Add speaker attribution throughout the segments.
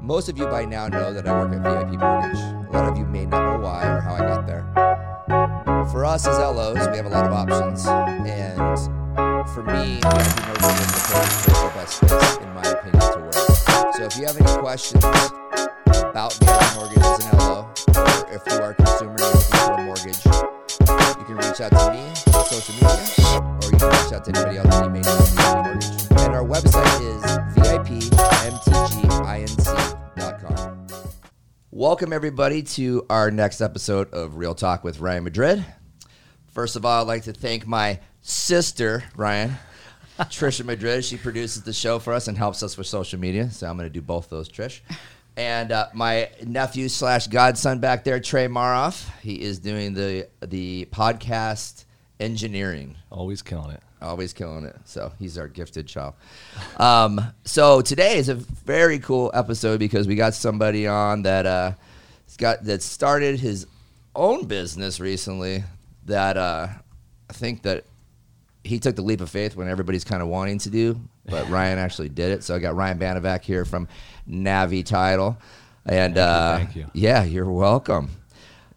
Speaker 1: Most of you by now know that I work at VIP Mortgage. A lot of you may not know why or how I got there. For us as LOs, we have a lot of options. And for me, VIP Mortgage is the place for the best place, in my opinion, to work. So if you have any questions about VIP Mortgage as an LO, or if you are a consumer and you're looking for a mortgage, you can reach out to me on social media, or you can reach out to anybody else that you may know in the mortgage. And our website is vipmtginc.com. Welcome, everybody, to our next episode of Real Talk with Ryan Madrid. First of all, I'd like to thank my sister, Ryan. Trisha Madrid, she produces the show for us and helps us with social media. So I'm going to do both those, Trish. And uh, my nephew slash godson back there, Trey Maroff, he is doing the the podcast engineering
Speaker 2: Always killing it.
Speaker 1: always killing it. So he's our gifted child. Um, so today is a very cool episode because we got somebody on that uh, has got that started his own business recently. That uh, I think that he took the leap of faith when everybody's kind of wanting to do, but Ryan actually did it. So I got Ryan Banavac here from Navi Title, and uh,
Speaker 2: thank you.
Speaker 1: yeah, you're welcome.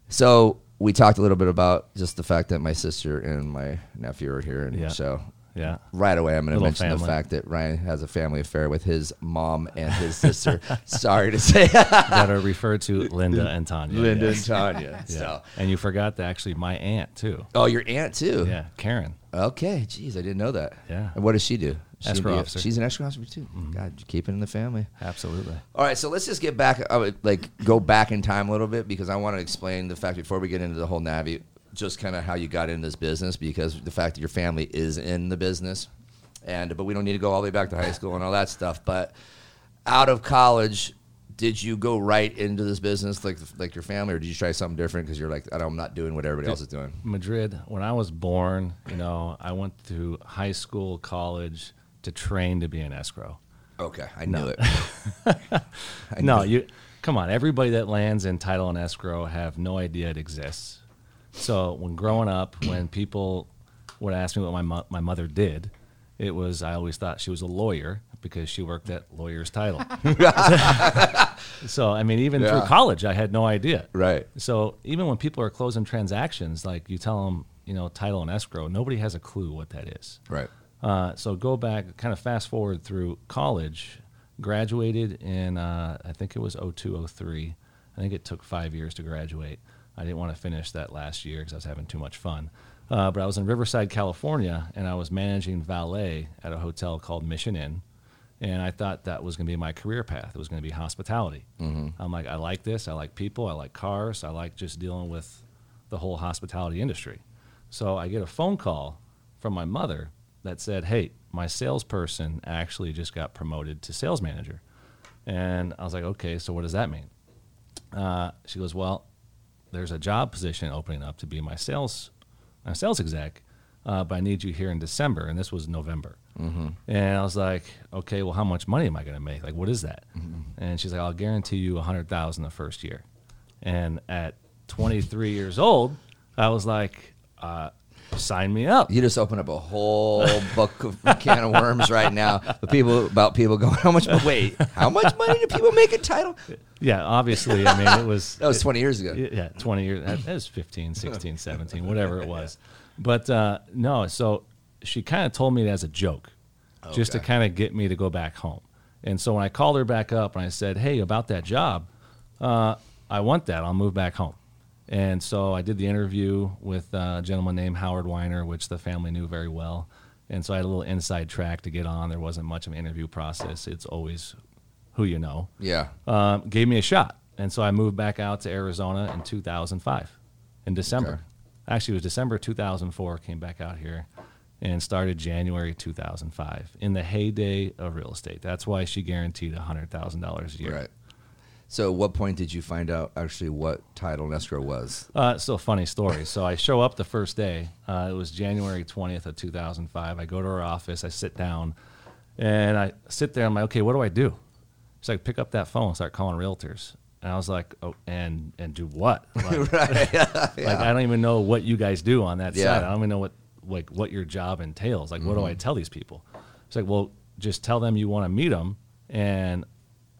Speaker 1: So. We talked a little bit about just the fact that my sister and my nephew are here, and
Speaker 2: Yeah.
Speaker 1: so
Speaker 2: Yeah.
Speaker 1: right away, I'm going to
Speaker 2: Little
Speaker 1: mention the
Speaker 2: family.
Speaker 1: fact that Ryan has a family affair with his mom and his sister. Sorry to say,
Speaker 2: that are referred to Linda and Tanya.
Speaker 1: Linda
Speaker 2: yes.
Speaker 1: and Tanya.
Speaker 2: Yeah.
Speaker 1: So,
Speaker 2: And you forgot that actually my aunt too.
Speaker 1: oh, your aunt too.
Speaker 2: Yeah, Karen.
Speaker 1: Okay, geez, I didn't know that.
Speaker 2: Yeah.
Speaker 1: And what does she do? She
Speaker 2: Escrow
Speaker 1: can be a-
Speaker 2: officer. Mm-hmm.
Speaker 1: She's an escrow officer too. God, you keep it in the family.
Speaker 2: Absolutely.
Speaker 1: All right, so let's just get back, I would, like go back in time a little bit because I want to explain the fact before we get into the whole Navi, just kind of how you got in this business because the fact that your family is in the business, and but we don't need to go all the way back to high school and all that stuff. But out of college, did you go right into this business like like your family, or did you try something different because you're like I don't- I'm not doing what everybody else is doing?
Speaker 2: Madrid, when I was born, you know, I went through high school, college to train to be an escrow.
Speaker 1: Okay, I knew it. I
Speaker 2: no,
Speaker 1: knew-
Speaker 2: you come on. Everybody that lands in title and escrow have no idea it exists. So when growing up, when people would ask me what my mo- my mother did, it was I always thought she was a lawyer because she worked at lawyer's title. so I mean, even
Speaker 1: Yeah.
Speaker 2: through college, I had no idea.
Speaker 1: right.
Speaker 2: So even when people are closing transactions, like you tell them, you know, title and escrow, nobody has a clue what that is.
Speaker 1: Right.
Speaker 2: Uh, so go back, kind of fast forward through college. Graduated in, uh, I think it was 02, 03. I think it took five years to graduate. I didn't want to finish that last year because I was having too much fun. Uh, but I was in Riverside, California, and I was managing valet at a hotel called Mission Inn. And I thought that was going to be my career path. It was going to be hospitality. I'm like, I like this. I like people. I like cars. I like just dealing with the whole hospitality industry. So I get a phone call from my mother that said, Hey, my salesperson actually just got promoted to sales manager. And I was like, Okay, so what does that mean? Uh, she goes, Well, there's a job position opening up to be my sales, my sales exec, uh, but I need you here in December. And this was November. And I was like, Okay, well, how much money am I going to make? Like, what is that? And she's like, I'll guarantee you 100000 the first year. And at 23 years old, I was like, uh, sign me up.
Speaker 1: You just open up a whole book of can of worms right now. The people about people going, how much? Wait, how much money do people make in title?
Speaker 2: Yeah, obviously. I mean, it was
Speaker 1: That was twenty years ago.
Speaker 2: Y- yeah 20 years that, that was 15 16 17 whatever it was but uh, no so she kind of told me it as a joke just to
Speaker 1: Okay.
Speaker 2: kind of get me to go back home and so when i called her back up and i said hey about that job uh, i want that i'll move back home and so i did the interview with uh, a gentleman named howard weiner which the family knew very well and so i had a little inside track to get on there wasn't much of an interview process it's always who you know
Speaker 1: Yeah.
Speaker 2: um, gave me a shot. And so I moved back out to Arizona in 2005 in December.
Speaker 1: Okay.
Speaker 2: Actually, it was December 2004, came back out here and started January 2005 in the heyday of real estate. That's why she guaranteed $100,000 a year.
Speaker 1: Right. So, at what point did you find out actually what title and escrow was?
Speaker 2: Uh, still funny story. So I show up the first day. Uh, it was January 20th of 2005. I go to her office. I sit down, and I sit there. I'm like, okay, what do I do? She's like, pick up that phone, and start calling realtors. And I was like, oh, and and do what? Like, like, I don't even know what you guys do on that
Speaker 1: Yeah.
Speaker 2: side. I don't even know what like what your job entails. Like, what do I tell these people? It's like, well, just tell them you want to meet them, and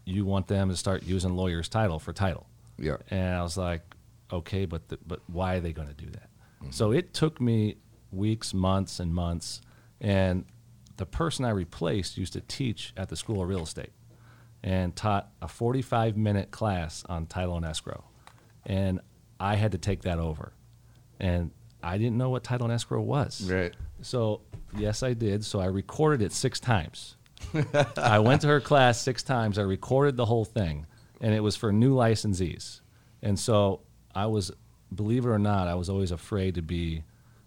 Speaker 2: you want them to start using lawyer's title for title.
Speaker 1: Yeah.
Speaker 2: And I was like, okay, but the, but why are they going to do that? So it took me weeks, months, and months. And the person I replaced used to teach at the School of Real Estate and taught a 45 minute class on title and escrow. And I had to take that over. And I didn't know what title and escrow was.
Speaker 1: Right.
Speaker 2: So, yes, I did. So I recorded it six times. I went to her class six times. I recorded the whole thing, and it was for new licensees. And so I was, believe it or not, I was always afraid to be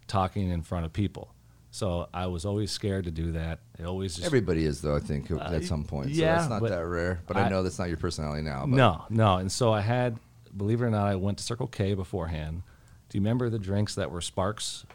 Speaker 2: talking in front of people. So I was always scared to do that. It always just
Speaker 1: Everybody is though, I think, at some point.
Speaker 2: Uh, yeah,
Speaker 1: so that's not
Speaker 2: but
Speaker 1: that rare. But I,
Speaker 2: I-
Speaker 1: know that's not your personality now. But
Speaker 2: No, no. And so I had, believe it or not, I went to Circle K beforehand. Do you remember the drinks that were Sparks?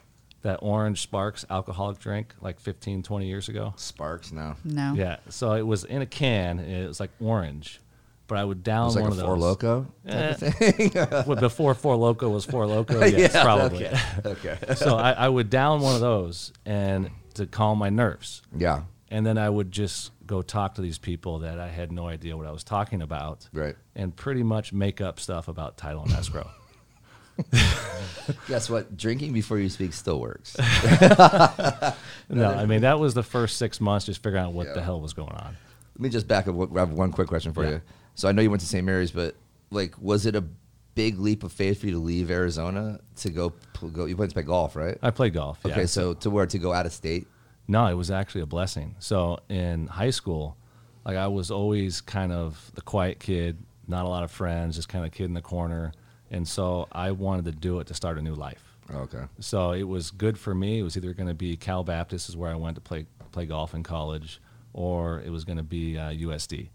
Speaker 2: That orange Sparks alcoholic drink like 15, 20 years ago?
Speaker 1: Sparks now.
Speaker 3: No.
Speaker 2: Yeah. So it was in a can. and It was like orange. But I would
Speaker 1: It
Speaker 2: down
Speaker 1: was like a
Speaker 2: one of those. Eh,
Speaker 1: four loco.
Speaker 2: Well, Before Four Loco was Four Loco, yes, probably.
Speaker 1: Okay.
Speaker 2: so I, I would down one of those and to calm my nerves.
Speaker 1: Yeah.
Speaker 2: And then I would just go talk to these people that I had no idea what I was talking about.
Speaker 1: Right.
Speaker 2: And pretty much make up stuff about title and escrow.
Speaker 1: Guess what? Drinking before you speak still works.
Speaker 2: no, I mean, that was the first six months just figuring out what
Speaker 1: Yeah.
Speaker 2: the hell was going on.
Speaker 1: Let me just back up. I have one quick question for
Speaker 2: Yeah.
Speaker 1: you. So I know you went to St. Mary's, but like, was it a big leap of faith for you to leave Arizona to go pl- go? You went to play golf, right?
Speaker 2: I played golf. Uh, yeah.
Speaker 1: Okay, so to where to go out of state?
Speaker 2: No, it was actually a blessing. So in high school, like I was always kind of the quiet kid, not a lot of friends, just kind of kid in the corner. And so I wanted to do it to start a new life.
Speaker 1: Okay.
Speaker 2: So it was good for me. It was either going to be Cal Baptist, is where I went to play play golf in college, or it was going to be uh, USD.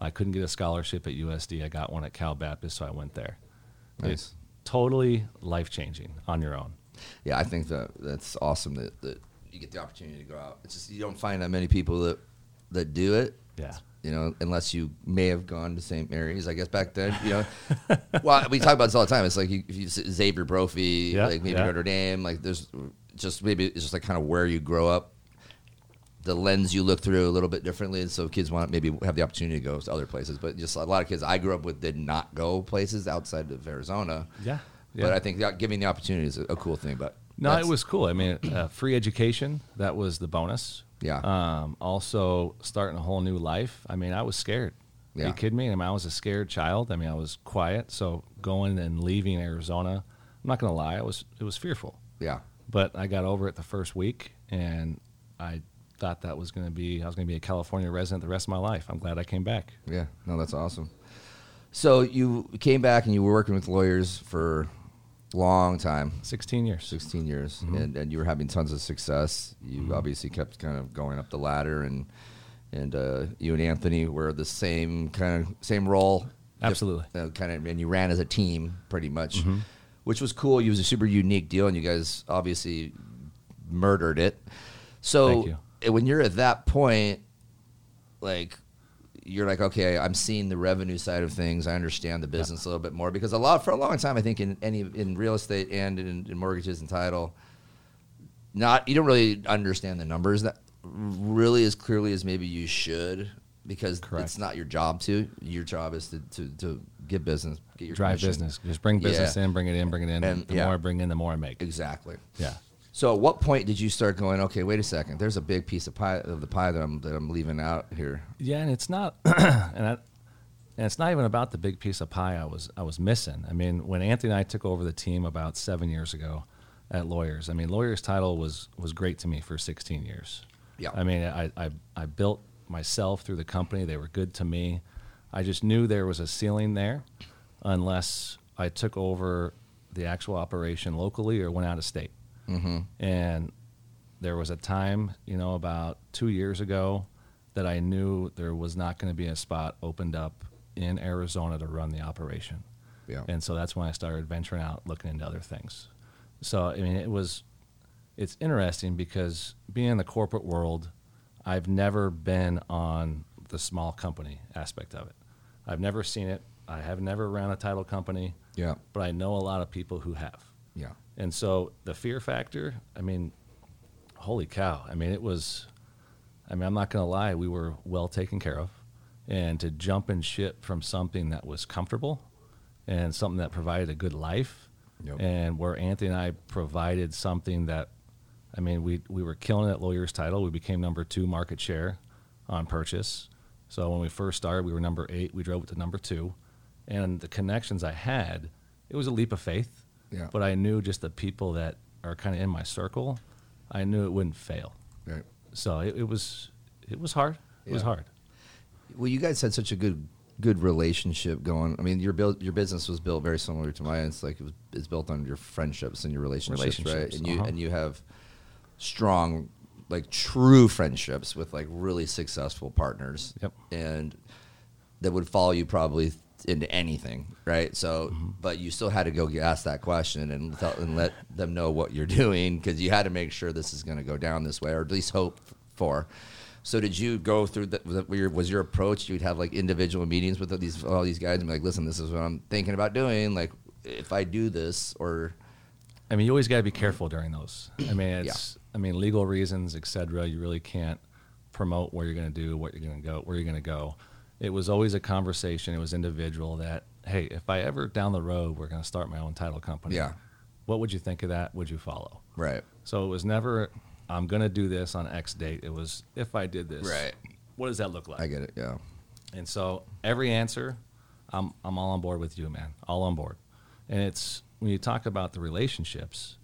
Speaker 2: I couldn't get a scholarship at USD. I got one at Cal Baptist, so I went there. It's totally life changing on your own.
Speaker 1: Yeah, I think that that's awesome that, that you get the opportunity to go out. It's just you don't find that many people that that do it.
Speaker 2: Yeah.
Speaker 1: You know, unless you may have gone to St. Mary's, I guess back then. You know, well, we talk about this all the time. It's like you, if you s- Xavier Brophy,
Speaker 2: Yeah,
Speaker 1: like maybe
Speaker 2: yeah.
Speaker 1: Notre Dame. Like there's just maybe it's just like kind of where you grow up, the lens you look through a little bit differently, and so kids want maybe have the opportunity to go to other places. But just a lot of kids I grew up with did not go places outside of Arizona.
Speaker 2: Yeah,
Speaker 1: But
Speaker 2: yeah.
Speaker 1: I think that giving the opportunity is a, a cool thing. But
Speaker 2: No,
Speaker 1: that's-
Speaker 2: it was cool. I mean, uh, free education, that was the bonus.
Speaker 1: Yeah.
Speaker 2: Um, also, starting a whole new life. I mean, I was scared. Are
Speaker 1: Yeah.
Speaker 2: you kidding me? I mean, I was a scared child. I mean, I was quiet. So going and leaving Arizona, I'm not going to lie, I was it was fearful.
Speaker 1: yeah.
Speaker 2: But I got over it the first week, and I thought that was going to be I was going to be a California resident the rest of my life. I'm glad I came back.
Speaker 1: Yeah, no, that's awesome. So you came back and you were working with lawyers for a long time,
Speaker 2: 16 years.
Speaker 1: 16 years,
Speaker 2: Mm-hmm.
Speaker 1: and, and you were having tons of success. You obviously kept kind of going up the ladder, and and uh, you and Anthony were the same kind of same role.
Speaker 2: Absolutely. Mm-hmm.
Speaker 1: Uh, kind of, and you ran as a team pretty much, which was cool. You was a super unique deal, and you guys obviously murdered it. So
Speaker 2: Thank you.
Speaker 1: eh, when you're at that point, like you're like, okay, I'm seeing the revenue side of things. I understand the business a little bit more because a lot for a long time, I think in any in real estate and in, in mortgages and title, not you don't really understand the numbers that really as clearly as maybe you should because
Speaker 2: Correct.
Speaker 1: it's not your job to. Your job is to to, to get business, get your
Speaker 2: Drive
Speaker 1: commission.
Speaker 2: business. Just bring business
Speaker 1: Yeah.
Speaker 2: in, bring it in, bring it in.
Speaker 1: And-
Speaker 2: the
Speaker 1: yeah.
Speaker 2: more I bring in, the more I make.
Speaker 1: exactly.
Speaker 2: Yeah.
Speaker 1: So at what point did you start going? Okay, wait a second. There's a big piece of pie of the pie that I'm that I'm leaving out here.
Speaker 2: Yeah, and it's not, and, I, and it's not even about the big piece of pie I was I was missing. I mean, when Anthony and I took over the team about seven years ago at Lawyers, I mean, Lawyers title was was great to me for 16 years.
Speaker 1: Yeah.
Speaker 2: I mean, I I, I built myself through the company. They were good to me. I just knew there was a ceiling there, unless I took over the actual operation locally or went out of state. And there was a time, you know, about two years ago that I knew there was not going to be a spot opened up in Arizona to run the operation.
Speaker 1: Yeah.
Speaker 2: And so that's when I started venturing out, looking into other things. So, I mean, it was, it's interesting because being in the corporate world, I've never been on the small company aspect of it. I've never seen it. I have never ran a title company,
Speaker 1: Yeah.
Speaker 2: but I know a lot of people who have.
Speaker 1: Yeah.
Speaker 2: And so the fear factor, I mean, holy cow. I mean, it was, I mean, I'm not going to lie, we were well taken care of. and to jump and ship from something that was comfortable and something that provided a good life
Speaker 1: Yep.
Speaker 2: and where Anthony and I provided something that I mean we we were killing at lawyer's title we became number 2 market share on purchase so when we first started we were number 8 we drove it to number 2 and the connections I had it was a leap of faith
Speaker 1: Yeah.
Speaker 2: but I knew just the people that are kind of in my circle I knew it wouldn't fail
Speaker 1: Right.
Speaker 2: so it, it was it was hard it was
Speaker 4: Yeah.
Speaker 2: hard
Speaker 1: Well, you guys had such a good good relationship going. I mean, your build, your business was built very similar to mine. It's like it was, it's built on your friendships and your relationships, right?
Speaker 2: Relationships,
Speaker 1: And you
Speaker 2: uh-huh.
Speaker 1: and you have strong, like true friendships with like really successful partners.
Speaker 2: Yep.
Speaker 1: And that would follow you probably into anything, right? So, but you still had to go get ask that question and tell, and let them know what you're doing because you had to make sure this is going to go down this way, or at least hope for. So, did you go through that? Was your, was your approach? You'd have like individual meetings with all these all these guys and be like, "Listen, this is what I'm thinking about doing. Like, if I do this, or
Speaker 2: I mean, you always got to be careful during those. I mean, it's I mean, legal reasons, et cetera. You really can't promote where you're going to do, what you're going to go, where you're going to go. It was always a conversation. It was individual. That hey, if I ever down the road we're going to start my own title company,
Speaker 1: Yeah.
Speaker 2: what would you think of that? Would you follow?
Speaker 1: right,
Speaker 2: So it was never I'm going to do this on X date. It was if I did this,
Speaker 1: Right.
Speaker 2: What does that look like?
Speaker 1: I get it. Yeah,
Speaker 2: And so every answer, I'm I'm all on board with you, man. All on board. And it's when you talk about the relationships,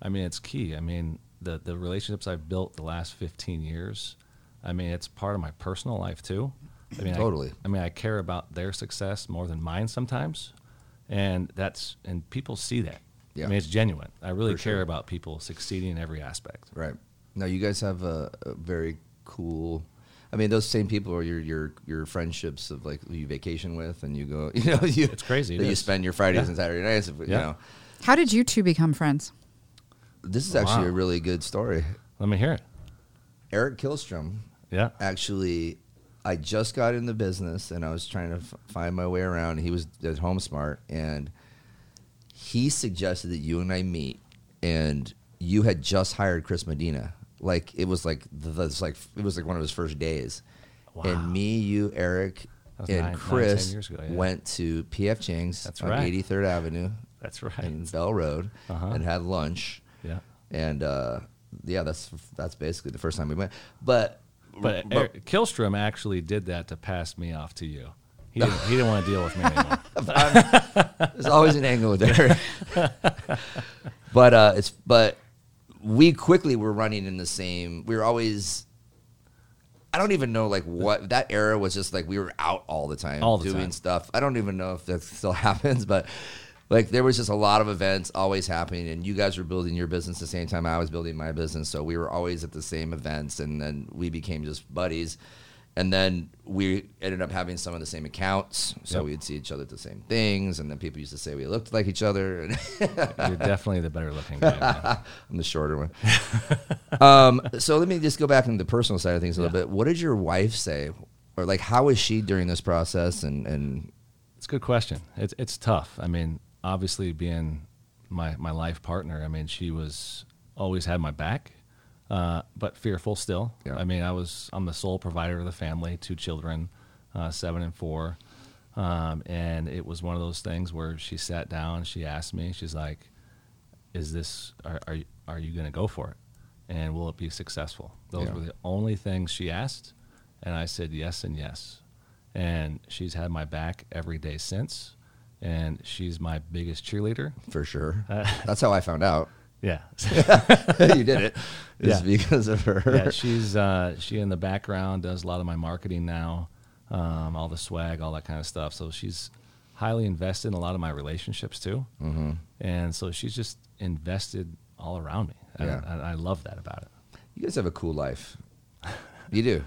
Speaker 2: I mean it's key. I mean the the relationships I've built the last 15 years, I mean it's part of my personal life too. I mean I-
Speaker 1: Totally.
Speaker 2: I mean I care about their success more than mine sometimes. And that's and people see that.
Speaker 1: Yeah.
Speaker 2: I mean it's genuine. I really
Speaker 1: For
Speaker 2: care
Speaker 1: sure.
Speaker 2: about people succeeding in every aspect.
Speaker 1: right. Now, you guys have a, a very cool. I mean, those same people are your your your friendships of like who you vacation with, and you go. You know, you,
Speaker 2: It's crazy, it
Speaker 1: that you
Speaker 2: is.
Speaker 1: spend your Fridays
Speaker 2: Yeah.
Speaker 1: and Saturday nights. You
Speaker 2: Yeah.
Speaker 1: know,
Speaker 3: How did you two become friends?
Speaker 1: this is actually a
Speaker 2: Wow.
Speaker 1: really good story.
Speaker 2: Let me hear it.
Speaker 1: Eric Kilstrom
Speaker 2: Yeah.
Speaker 1: actually I just got in the business and I was trying to f- find my way around. He was at HomeSmart and he suggested that you and I meet and you had just hired Chris Medina. Like it was like the, the- it's like it was like one of his first days.
Speaker 2: Wow.
Speaker 1: And me, you, Eric
Speaker 2: That was
Speaker 1: and
Speaker 2: nine- nine,
Speaker 1: Chris
Speaker 2: 10 years ago, yeah.
Speaker 1: went to PF Chang's
Speaker 2: That's
Speaker 1: on
Speaker 2: right.
Speaker 1: 83rd Avenue
Speaker 2: That's right.
Speaker 1: in Bell Road
Speaker 2: Uh-huh.
Speaker 1: and had lunch
Speaker 2: yeah.
Speaker 1: and uh, yeah, that's that's basically the first time we met. But
Speaker 2: But
Speaker 1: but-
Speaker 2: Eric Kilstrom actually did that to pass me off to you. He didn't, he didn't want to deal with me anymore.
Speaker 1: There's always an angle there. but uh, it's but we quickly were running in the same. We were always. I don't even know like what that era was just like we were out all the time
Speaker 2: All the
Speaker 1: doing
Speaker 2: time.
Speaker 1: stuff. I don't even know if that still happens, but like there was just a lot of events always happening and you guys were building your business the same time I was building my business. So we were always at the same events and then we became just buddies. And then we ended up having some of the same accounts. So
Speaker 2: Yep.
Speaker 1: we'd see each other at the same things and then people used to say we looked like each other and
Speaker 2: You're definitely the better looking guy. man.
Speaker 1: I'm the shorter one. um, so let me just go back into the personal side of things a little bit. What did your wife say, or like how was she during this process? And and
Speaker 2: It's a good question. It's it's tough. I mean, obviously being my my life partner, I mean, she was always had my back, uh, but fearful still.
Speaker 1: Yeah.
Speaker 2: I mean, I was I'm the sole provider of the family, two children, uh, seven and four, um, and it was one of those things where she sat down, she asked me, she's like, "Is this are are, you- are you going to go for it, and will it be successful?" Those
Speaker 1: Yeah.
Speaker 2: were the only things she asked, and I said yes and yes and she's had my back every day since and she's my biggest cheerleader
Speaker 1: for sure,
Speaker 2: Uh,
Speaker 1: that's how I found out
Speaker 2: yeah
Speaker 1: you did it. Is
Speaker 2: Yeah.
Speaker 1: because of her.
Speaker 2: yeah she's uh, she in the background does a lot of my marketing now um, all the swag all that kind of stuff so she's highly invested in a lot of my relationships too mm-hmm. and so she's just invested all around me and
Speaker 1: Yeah.
Speaker 2: I, I love that about it
Speaker 1: You guys have a cool life. You do.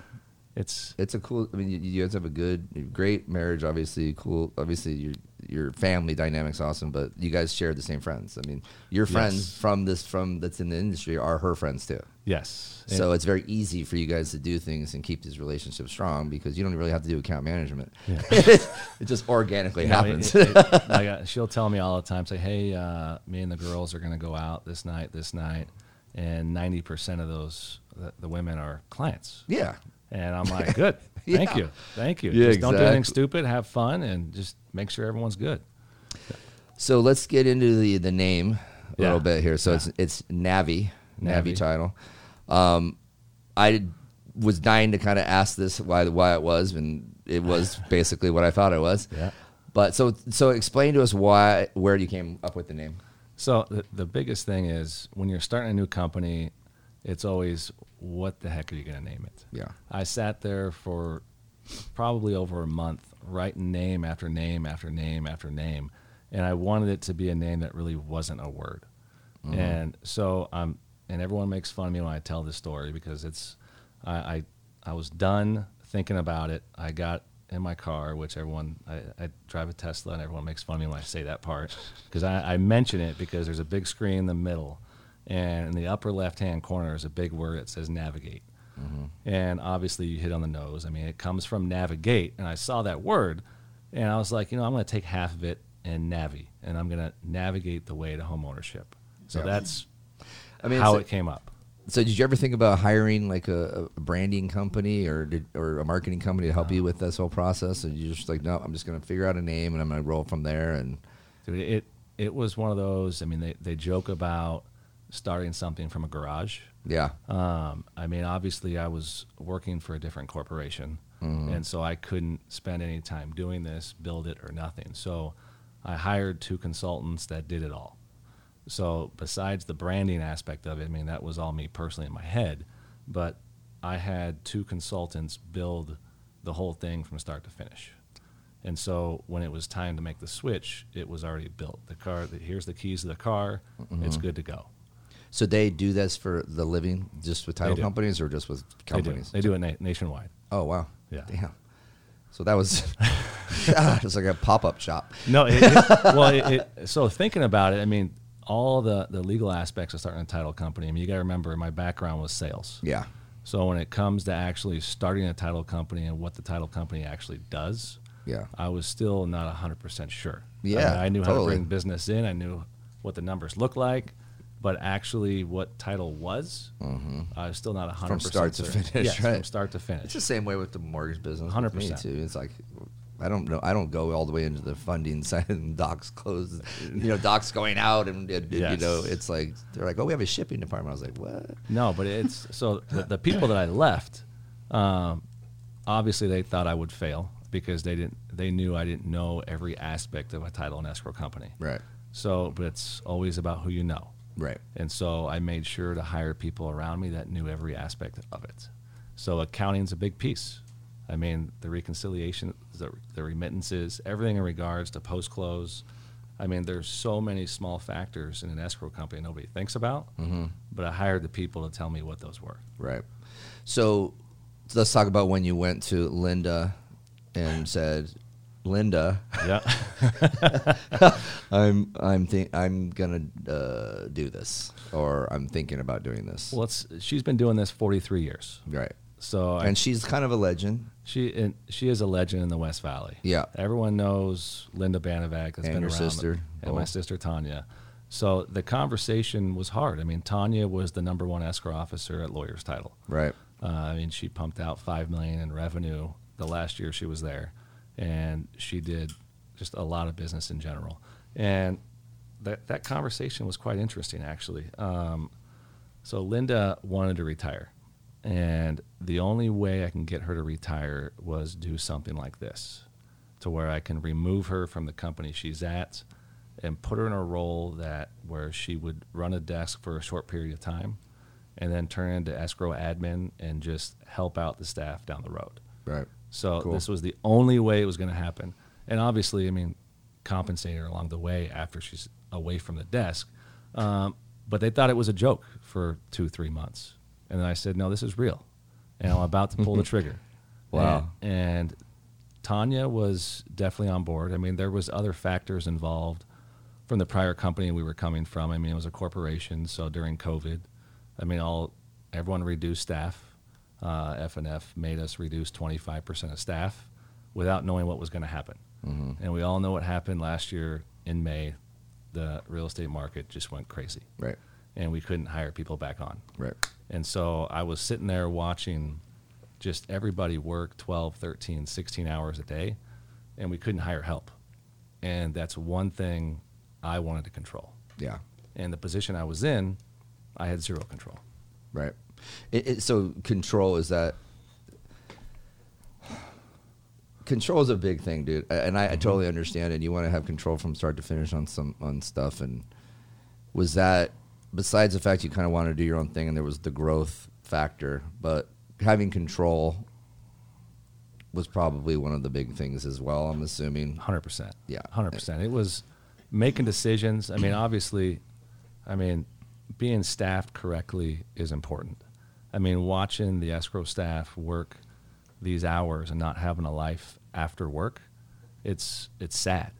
Speaker 2: it's
Speaker 1: It's a cool. I mean, you, you guys have a good, great marriage. Obviously, cool. Obviously, your your family dynamics awesome. But you guys share the same friends. I mean, your friends
Speaker 2: Yes.
Speaker 1: from this from that's in the industry are her friends too.
Speaker 2: yes It-
Speaker 1: So it's very easy for you guys to do things and keep these relationships strong because you don't really have to do account management.
Speaker 2: Yeah.
Speaker 1: it just organically
Speaker 2: No, it-
Speaker 1: happens.
Speaker 2: it- it- like, uh, she'll tell me all the time, say, "Hey, uh, me and the girls are going to go out this night, this night," and ninety percent of those the, the women are clients.
Speaker 1: yeah.
Speaker 2: And I'm like, good. Thank you. Thank you.
Speaker 1: Yeah,
Speaker 2: just don't do anything
Speaker 1: exactly.
Speaker 2: stupid. Have fun and just make sure everyone's good.
Speaker 1: So let's get into the the name a
Speaker 2: Yeah.
Speaker 1: little bit here. So it's it's Navi, Navi,
Speaker 2: Navi.
Speaker 1: title. Um, I was dying to kind of ask this why why it was, and it was basically what I thought it was.
Speaker 2: Yeah.
Speaker 1: But so so explain to us why where you came up with the name.
Speaker 2: So the, the biggest thing is when you're starting a new company, it's always what the heck are you going to name it?
Speaker 1: Yeah.
Speaker 2: I sat there for probably over a month writing name after name after name after name, and I wanted it to be a name that really wasn't a word. And so um, and everyone makes fun of me when I tell this story because it's I I, I was done thinking about it. I got in my car, which everyone I, I drive a Tesla, and everyone makes fun of me when I say that part because I, I mention it because there's a big screen in the middle, and in the upper left hand corner is a big word that says navigate.
Speaker 1: Mm-hmm.
Speaker 2: And obviously, you hit on the nose. I mean, it comes from navigate, and I saw that word, and I was like, you know, I'm going to take half of it and navi, and I'm going to navigate the way to home ownership. So
Speaker 1: Yeah.
Speaker 2: that's
Speaker 1: I mean,
Speaker 2: how
Speaker 1: so,
Speaker 2: it came up.
Speaker 1: so did you ever think about hiring like a, a branding company or did, or a marketing company to help you with this whole process? Or you just like, no, I'm just going to figure out a name and I'm going to roll from there. And
Speaker 2: Dude, it it was one of those. I mean, they, they joke about starting something from a garage.
Speaker 1: yeah,
Speaker 2: Um, I mean, obviously, I was working for a different corporation, and so I couldn't spend any time doing this, build it, or nothing. So I hired two consultants that did it all. So besides the branding aspect of it, I mean, that was all me personally in my head, but I had two consultants build the whole thing from start to finish. And so when it was time to make the switch, it was already built. The car, the, here's the keys to the car. It's good to go.
Speaker 1: So they do this for the living, just with title
Speaker 2: do.
Speaker 1: companies or just with
Speaker 2: They do.
Speaker 1: companies.
Speaker 2: They do it na- nationwide.
Speaker 1: Oh wow!
Speaker 2: Yeah.
Speaker 1: Damn. So that was just like a pop up shop.
Speaker 2: No, it, it- well, it, it, so thinking about it, I mean, all the, the legal aspects of starting a title company, I mean, you got to remember my background was sales.
Speaker 1: Yeah.
Speaker 2: So when it comes to actually starting a title company and what the title company actually does,
Speaker 1: Yeah.
Speaker 2: I was still not 100% sure. I
Speaker 1: Yeah,
Speaker 2: mean, I, knew how to
Speaker 1: totally.
Speaker 2: bring business in, I knew what the numbers looked like, but actually what title was, I was still not 100%
Speaker 1: Mm-hmm. start to
Speaker 2: certain.
Speaker 1: finish,
Speaker 2: Yes, from
Speaker 1: right.
Speaker 2: start to finish.
Speaker 1: It's the same way with the mortgage business. Hundred
Speaker 2: 100%.
Speaker 1: percent too. It's like I don't know. I don't go all the way into the funding side and docs closed. You know, docs going out and, and,
Speaker 2: Yes.
Speaker 1: you know it's like they're like, oh, we have a shipping department. I was like, what?
Speaker 2: No, but it's so the, the people that I left, um, obviously they thought I would fail because they didn't. They knew I didn't know every aspect of a title and escrow company.
Speaker 1: Right.
Speaker 2: So, but it's always about who you know.
Speaker 1: Right.
Speaker 2: And so I made sure to hire people around me that knew every aspect of it. So accounting's a big piece. I mean, the reconciliation, the, the remittances, everything in regards to post close. I mean, there's so many small factors in an escrow company nobody thinks about. But I hired the people to tell me what those were.
Speaker 1: Right. So let's talk about when you went to Linda and said, Linda.
Speaker 2: Yeah.
Speaker 1: I'm I'm think I'm gonna uh, do this, or I'm thinking about doing this.
Speaker 2: well, it's, she's been doing this 43 years.
Speaker 1: right,
Speaker 2: So I
Speaker 1: and she's kind of a legend.
Speaker 2: She and she is a legend in the West Valley.
Speaker 1: Yeah.
Speaker 2: everyone knows Linda Banovac. That's
Speaker 1: And
Speaker 2: been
Speaker 1: your
Speaker 2: around,
Speaker 1: sister,
Speaker 2: and
Speaker 1: both.
Speaker 2: my sister Tanya. So the conversation was hard. I mean, Tanya was the number one escrow officer at Lawyers Title.
Speaker 1: Right,
Speaker 2: Uh, I mean, she pumped out five million in revenue the last year she was there, and she did just a lot of business in general. And that that conversation was quite interesting, actually. Um, so Linda wanted to retire, and the only way I can get her to retire was do something like this, to where I can remove her from the company she's at, and put her in a role that where she would run a desk for a short period of time, and then turn into escrow admin and just help out the staff down the road.
Speaker 1: right.
Speaker 2: So
Speaker 1: Cool.
Speaker 2: this was the only way it was going to happen. And obviously, I mean, compensate her along the way after she's away from the desk. Um, but they thought it was a joke for two, three months. And then I said, no, this is real. And I'm about to pull the trigger.
Speaker 1: Wow.
Speaker 2: And, and Tanya was definitely on board. I mean, there was other factors involved from the prior company we were coming from. I mean, it was a corporation. So during COVID, I mean, all everyone reduced staff. Uh, F&F made us reduce 25% of staff without knowing what was going to happen. And we all know what happened last year in May. The real estate market just went crazy.
Speaker 1: Right.
Speaker 2: And we couldn't hire people back on.
Speaker 1: Right.
Speaker 2: And so I was sitting there watching just everybody worked 12, 13, 16 hours a day, and we couldn't hire help. And that's one thing I wanted to control.
Speaker 1: Yeah.
Speaker 2: And the position I was in, I had zero control.
Speaker 1: Right. It, it, so control is that. Control is a big thing, dude, and
Speaker 2: Mm-hmm.
Speaker 1: I, I totally understand. it. you want to have control from start to finish on some on stuff. And was that besides the fact you kind of wanted to do your own thing, and there was the growth factor, but having control was probably one of the big things as well. I'm assuming.
Speaker 2: Hundred percent.
Speaker 1: Yeah.
Speaker 2: hundred percent. It was making decisions. I mean, obviously, I mean, being staffed correctly is important. I mean, watching the escrow staff work these hours and not having a life after work, it's it's sad.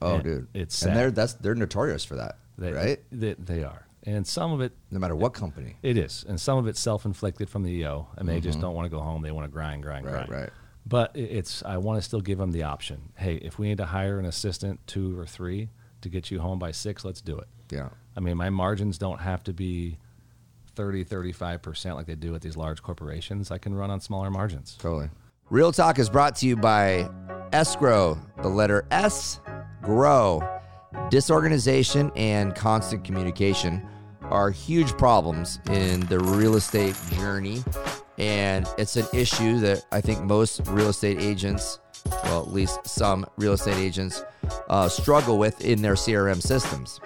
Speaker 1: Oh,
Speaker 2: And
Speaker 1: dude,
Speaker 2: it's sad.
Speaker 1: and they're that's they're notorious for that,
Speaker 2: They-
Speaker 1: right?
Speaker 2: They, they are, and some of it
Speaker 1: No matter what company.
Speaker 2: it is, and some of it's self-inflicted from the EO, and they just don't want to go home. They want to grind, grind,
Speaker 1: Mm-hmm. Right,
Speaker 2: grind.
Speaker 1: right.
Speaker 2: But i- it's I want to still give them the option. Hey, if we need to hire an assistant, two or three, to get you home by six, let's do it.
Speaker 1: Yeah.
Speaker 2: I mean, my margins don't have to be 30, 35 percent like they do at these large corporations. I can run on smaller margins.
Speaker 1: Totally. Real Talk is brought to you by Escrow, the letter S, grow. Disorganization and constant communication are huge problems in the real estate journey. And it's an issue that I think most real estate agents, well, at least some real estate agents, uh, struggle with in their CRM systems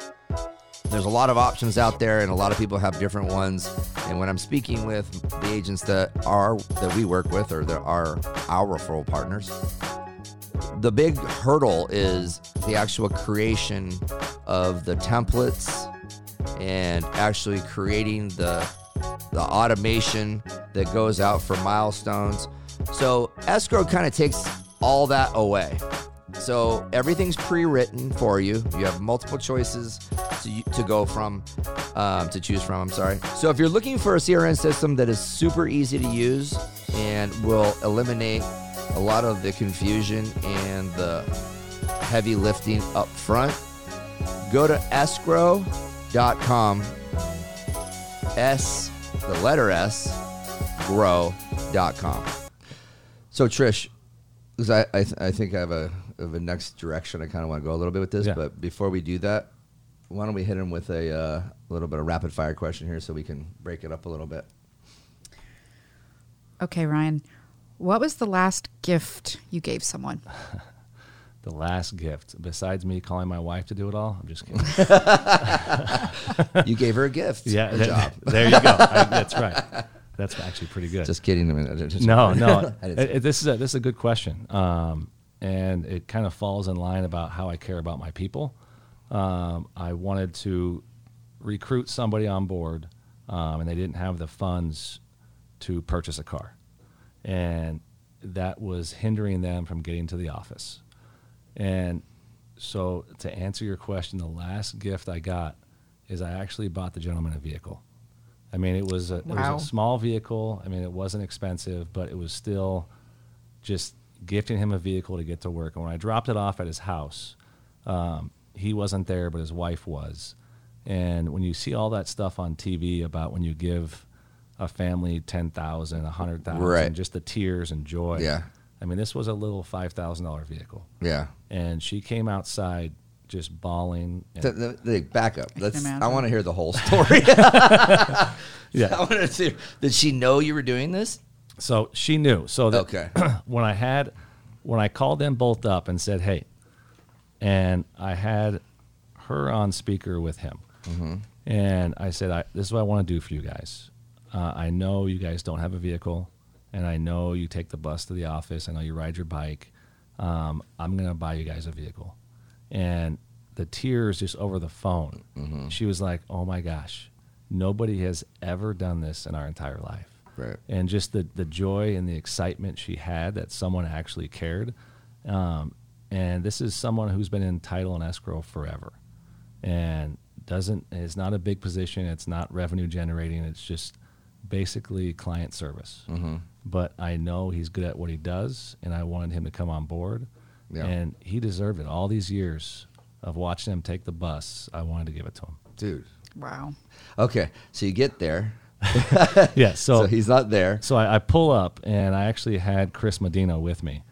Speaker 1: there's a lot of options out there and a lot of people have different ones and when i'm speaking with the agents that are that we work with or that are our referral partners the big hurdle is the actual creation of the templates and actually creating the the automation that goes out for milestones so escrow kind of takes all that away so everything's pre-written for you. You have multiple choices to, to go from, um, to choose from. I'm sorry. So if you're looking for a CRM system that is super easy to use and will eliminate a lot of the confusion and the heavy lifting up front, go to escrow.com. S, the letter S, grow.com. So Trish, because I I, th- I think I have a of a next direction. I kind of want to go a little bit with this,
Speaker 2: Yeah.
Speaker 1: but before we do that, why don't we hit him with a uh, little bit of rapid fire question here, so we can break it up a little bit.
Speaker 3: Okay, Ryan. What was the last gift you gave someone?
Speaker 2: The last gift, besides me calling my wife to do it all, I'm just kidding.
Speaker 1: You gave her a gift.
Speaker 2: yeah,
Speaker 1: Good
Speaker 2: that-
Speaker 1: job.
Speaker 2: there you go. I, that's right. That's actually pretty good.
Speaker 1: Just kidding. I mean, I just-
Speaker 2: no, no.
Speaker 1: I didn't
Speaker 2: It- it- this is a this is a good question, um, and it kind of falls in line about how I care about my people. Um, I wanted to recruit somebody on board, um, and they didn't have the funds to purchase a car, and that was hindering them from getting to the office. And so, to answer your question, the last gift I got is I actually bought the gentleman a vehicle. I mean, it was a, it
Speaker 3: Wow.
Speaker 2: was a small vehicle. I mean, it wasn't expensive, but it was still just gifting him a vehicle to get to work. And when I dropped it off at his house, um, he wasn't there, but his wife was. And when you see all that stuff on TV about when you give a family ten thousand, a hundred thousand,
Speaker 1: Right.
Speaker 2: just the tears and joy.
Speaker 1: Yeah.
Speaker 2: I mean, this was a little five thousand dollar vehicle,
Speaker 1: Yeah.
Speaker 2: and she came outside just bawling. and-
Speaker 1: Th- th- th- back up. Let's. I
Speaker 3: imagine.
Speaker 1: want to hear the whole story. I
Speaker 2: yeah.
Speaker 1: want to see. Did she know you were doing this?
Speaker 2: So she knew. So that
Speaker 1: Okay.
Speaker 2: when I had when I called them both up and said, "Hey," and I had her on speaker with him, and I said, I, "This is what I want to do for you guys. Uh, I know you guys don't have a vehicle, and I know you take the bus to the office. I know you ride your bike. Um, I'm gonna buy you guys a vehicle." And the tears just over the phone. She was like, "Oh my gosh, nobody has ever done this in our entire life."
Speaker 1: Right.
Speaker 2: and just the, the joy and the excitement she had that someone actually cared. Um, and this is someone who's been in title and escrow forever and doesn't, it's not a big position. It's not revenue generating. It's just basically client service. But I know he's good at what he does and I wanted him to come on board
Speaker 1: Yeah.
Speaker 2: and he deserved it. All these years of watching him take the bus, I wanted to give it to him.
Speaker 1: Dude.
Speaker 3: Wow.
Speaker 1: Okay. So you get there.
Speaker 2: yeah. So,
Speaker 1: so he's not there.
Speaker 2: So I, I pull up, and I actually had Chris Medina with me,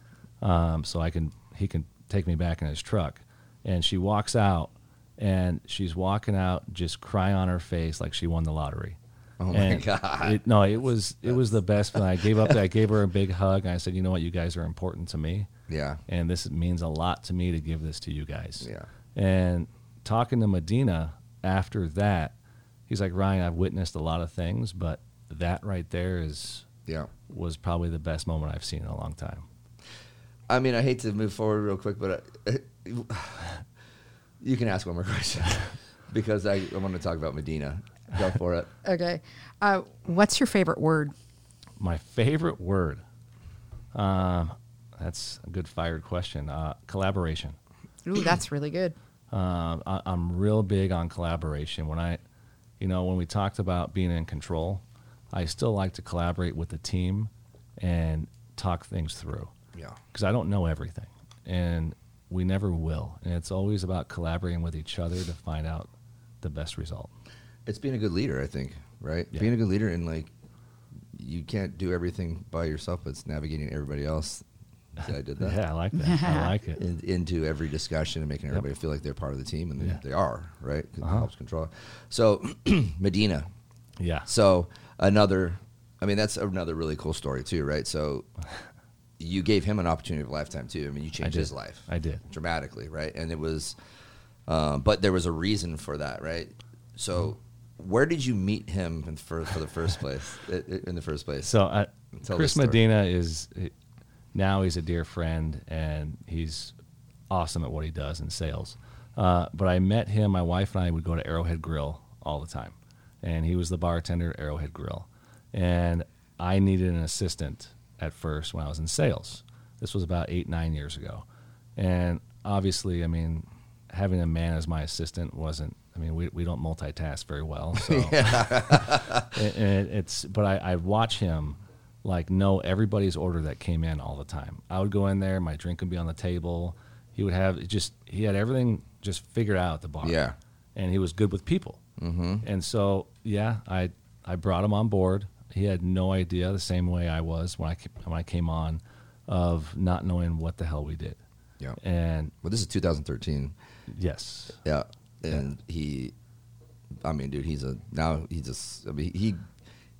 Speaker 2: um, so I can he can take me back in his truck. And she walks out, and she's walking out, just cry on her face like she won the lottery.
Speaker 1: Oh my
Speaker 2: And
Speaker 1: God.
Speaker 2: it- no, it was it was the best. And I gave up. I gave her a big hug, and I said, "You know what? You guys are important to me."
Speaker 1: Yeah.
Speaker 2: and this means a lot to me to give this to you guys.
Speaker 1: Yeah.
Speaker 2: And talking to Medina after that, he's like, Ryan, I've witnessed a lot of things, but that right there is
Speaker 1: Yeah.
Speaker 2: was probably the best moment I've seen in a long time.
Speaker 1: I mean, I hate to move forward real quick, but uh, you can ask one more question because I, I want to talk about Medina. Go for it.
Speaker 3: Okay. Uh, what's your favorite word?
Speaker 2: My favorite word. Um, that's a good fired question. Uh, collaboration.
Speaker 3: Ooh, that's really good.
Speaker 2: Um, I, I'm real big on collaboration. When I, you know, when we talked about being in control, I still like to collaborate with the team and talk things through.
Speaker 1: Yeah.
Speaker 2: Because I don't know everything, and we never will. And it's always about collaborating with each other to find out the best result.
Speaker 1: It's being a good leader, I think, right?
Speaker 2: Yeah.
Speaker 1: Being a good leader and like you can't do everything by yourself, but it's navigating everybody else. See, I did that.
Speaker 2: Yeah, I like that. I like it.
Speaker 1: in, into every discussion and making everybody feel like they're part of the team, and they-
Speaker 2: Yeah. Uh-huh.
Speaker 1: they are, right? 'Cause It helps control. So, Medina.
Speaker 2: Yeah.
Speaker 1: So another, I mean, that's another really cool story too, right? So, you gave him an opportunity of a lifetime too. I mean, you changed
Speaker 2: did.
Speaker 1: his life.
Speaker 2: I did.
Speaker 1: dramatically, right? And it was, um, but there was a reason for that, right? So,
Speaker 2: Mm-hmm.
Speaker 1: where did you meet him in for, for the first place? i- i- In the first place,
Speaker 2: So I,
Speaker 1: Tell
Speaker 2: Chris
Speaker 1: the story.
Speaker 2: Medina is now he's a dear friend and he's awesome at what he does in sales. Uh, but I met him. My wife and I would go to Arrowhead Grill all the time, and he was the bartender at Arrowhead Grill. And I needed an assistant at first when I was in sales. This was about eight nine years ago, and obviously, I mean, having a man as my assistant wasn't. I mean, we, we don't multitask very well, so and- and it's but I, I watch him like know everybody's order that came in all the time. I would go in there, my drink would be on the table. He would have it just he had everything just figured out at the bar.
Speaker 1: Yeah.
Speaker 2: and he was good with people. Mm-hmm. And so yeah, I I brought him on board. He had no idea the same way I was when I ca- when I came on of not knowing what the hell we did.
Speaker 1: yeah.
Speaker 2: And
Speaker 1: Well, this is 2013.
Speaker 2: yes,
Speaker 1: Yeah, and he, I mean, dude, he's a now he just I mean he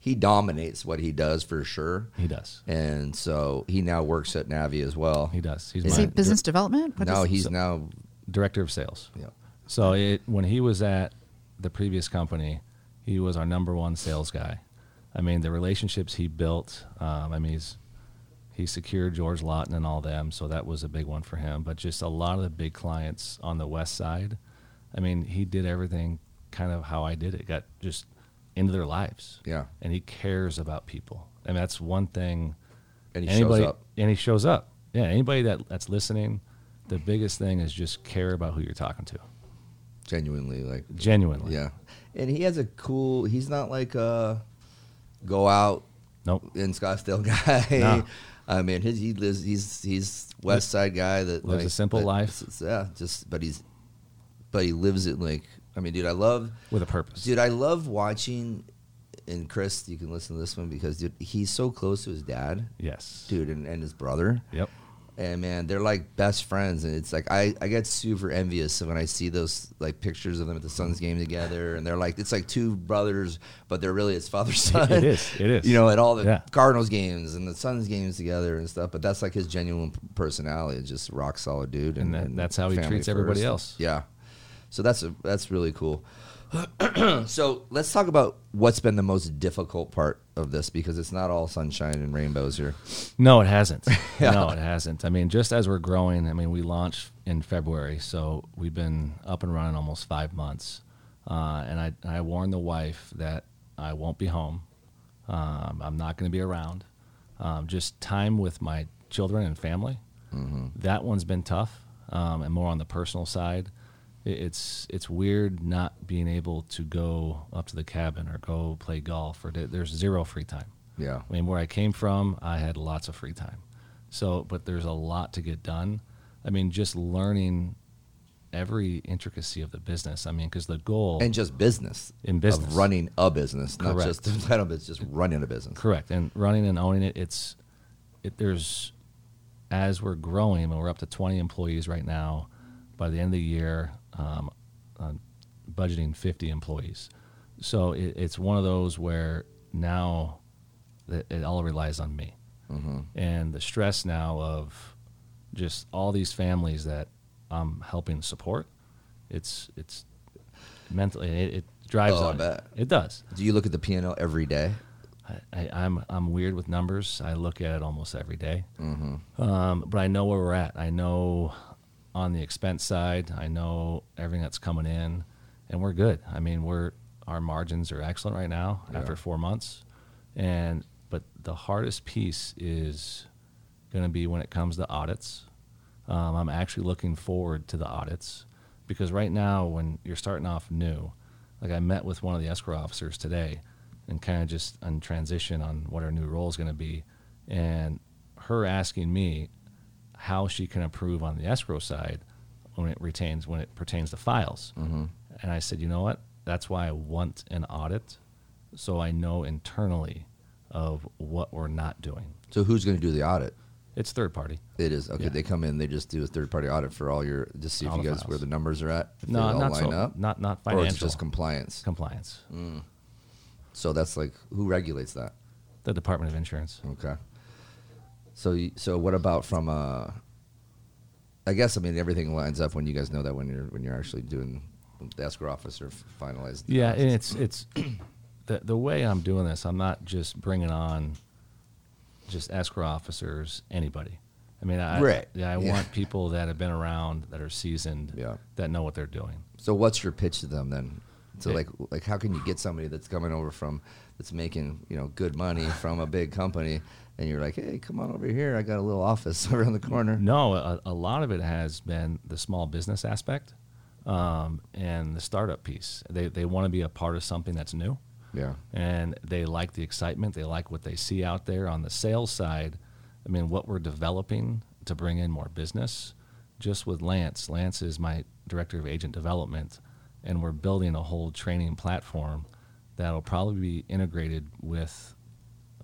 Speaker 1: he dominates what he does for sure,
Speaker 2: he does.
Speaker 1: and so he now works at Navi as well.
Speaker 2: He does. He's
Speaker 3: Is
Speaker 2: my
Speaker 3: he business development? What
Speaker 1: now
Speaker 3: is-
Speaker 1: he's now
Speaker 2: director of sales.
Speaker 1: yeah
Speaker 2: So it, when he was at the previous company, he was our number one sales guy. I mean, the relationships he built. Um, I mean, he's he secured George Lawton and all them, so that was a big one for him. But just a lot of the big clients on the west side. I mean, he did everything kind of how I did it. Got just into their lives.
Speaker 1: Yeah.
Speaker 2: and he cares about people, and that's one thing
Speaker 1: and he
Speaker 2: anybody,
Speaker 1: shows up.
Speaker 2: And he shows up. Yeah, anybody that, that's listening, the biggest thing is just care about who you're talking to.
Speaker 1: genuinely like
Speaker 2: Genuinely.
Speaker 1: yeah, and he has a cool. He's not like a go out
Speaker 2: Nope.
Speaker 1: in Scottsdale guy.
Speaker 2: No.
Speaker 1: I mean, his he lives. He's he's West Side guy that
Speaker 2: Lives a
Speaker 1: like,
Speaker 2: simple
Speaker 1: that-
Speaker 2: life.
Speaker 1: s- Yeah, just but he's but he lives it like. I mean, dude, I love
Speaker 2: With a purpose.
Speaker 1: dude. I love watching. And Chris, you can listen to this one because dude, he's so close to his dad,
Speaker 2: Yes.
Speaker 1: dude, and, and his brother.
Speaker 2: Yep.
Speaker 1: And man, they're like best friends, and it's like I, I get super envious when I see those like pictures of them at the Suns game together, and they're like it's like two brothers, but they're really it's father son.
Speaker 2: It is. It is.
Speaker 1: You know, at all the
Speaker 2: Yeah.
Speaker 1: Cardinals games and the Suns games together and stuff. But that's like his genuine personality, just rock solid dude,
Speaker 2: And
Speaker 1: and,
Speaker 2: that- that's how he
Speaker 1: family
Speaker 2: treats everybody else.
Speaker 1: Yeah, so that's a, that's really cool. so let's talk about what's been the most difficult part of this because it's not all sunshine and rainbows here.
Speaker 2: No, it hasn't. No, it hasn't. I mean, just as we're growing, I mean, we launched in February, so we've been up and running almost five months. Uh, and I, I warned the wife that I won't be home. Um, I'm not going to be around. Um, just time with my children and family.
Speaker 1: Mm-hmm.
Speaker 2: That one's been tough, um, and more on the personal side. It, it's it's weird not being able to go up to the cabin or go play golf or there's zero free time.
Speaker 1: Yeah,
Speaker 2: I mean, where I came from, I had lots of free time. So, but there's a lot to get done. I mean, just learning every intricacy of the business. I mean, because the goal
Speaker 1: and just business
Speaker 2: In business.
Speaker 1: of running a business, not
Speaker 2: Correct.
Speaker 1: just the title, but it's just running a business.
Speaker 2: Correct. And running and owning it, it's it, there's as we're growing, and we're up to 20 employees right now. By the end of the year, um, I'm budgeting 50 employees. So it, it's one of those where now that it all relies on me,
Speaker 1: Mm-hmm.
Speaker 2: and the stress now of just all these families that I'm helping support. It's it's mentally it, it drives
Speaker 1: Oh, I
Speaker 2: on.
Speaker 1: bet.
Speaker 2: It does.
Speaker 1: Do you look at the P and L every day?
Speaker 2: I, I, I'm I'm weird with numbers. I look at it almost every day. Um, but I know where we're at. I know on the expense side. I know everything that's coming in, and we're good. I mean, we're our margins are excellent right now after four months, and but the hardest piece is going to be when it comes to audits. Um, I'm actually looking forward to the audits because right now, when you're starting off new, like I met with one of the escrow officers today and kind of just on transition on what our new role is going to be. And her asking me how she can improve on the escrow side when it retains when it pertains to files.
Speaker 1: Mm-hmm.
Speaker 2: And I said, you know what? That's why I want an audit, so I know internally of what we're not doing.
Speaker 1: So who's going to do the audit?
Speaker 2: It's third party.
Speaker 1: It is okay.
Speaker 2: Yeah.
Speaker 1: They come in, they just do a third party audit for all your, just see
Speaker 2: All
Speaker 1: if you
Speaker 2: the
Speaker 1: guys
Speaker 2: files.
Speaker 1: where the numbers are at. If
Speaker 2: No,
Speaker 1: they all
Speaker 2: not
Speaker 1: line
Speaker 2: so.
Speaker 1: up,
Speaker 2: Not not
Speaker 1: or it's
Speaker 2: financial
Speaker 1: just compliance.
Speaker 2: compliance.
Speaker 1: so that's like who regulates that?
Speaker 2: The Department of Insurance.
Speaker 1: Okay. So y- so what about from uh I guess I mean everything lines up when you guys know that when you're when you're actually doing the escrow officer f- finalized. the
Speaker 2: Yeah,
Speaker 1: process.
Speaker 2: and it's it's the the way I'm doing this. I'm not just bringing on just escrow officers. Anybody. I mean, I
Speaker 1: Right.
Speaker 2: yeah, I
Speaker 1: Yeah.
Speaker 2: want people that have been around, that are seasoned,
Speaker 1: Yeah.
Speaker 2: that know what they're doing.
Speaker 1: So what's your pitch to them then? So
Speaker 2: It-
Speaker 1: like like how can you get somebody that's coming over from that's making you know good money from a big company and you're like hey come on over here I got a little office around the corner.
Speaker 2: No, a, a lot of it has been the small business aspect um, and the startup piece. They they want to be a part of something that's new.
Speaker 1: Yeah.
Speaker 2: and they like the excitement. They like what they see out there on the sales side. I mean, what we're developing to bring in more business, just with Lance. Lance is my director of agent development, and we're building a whole training platform that'll probably be integrated with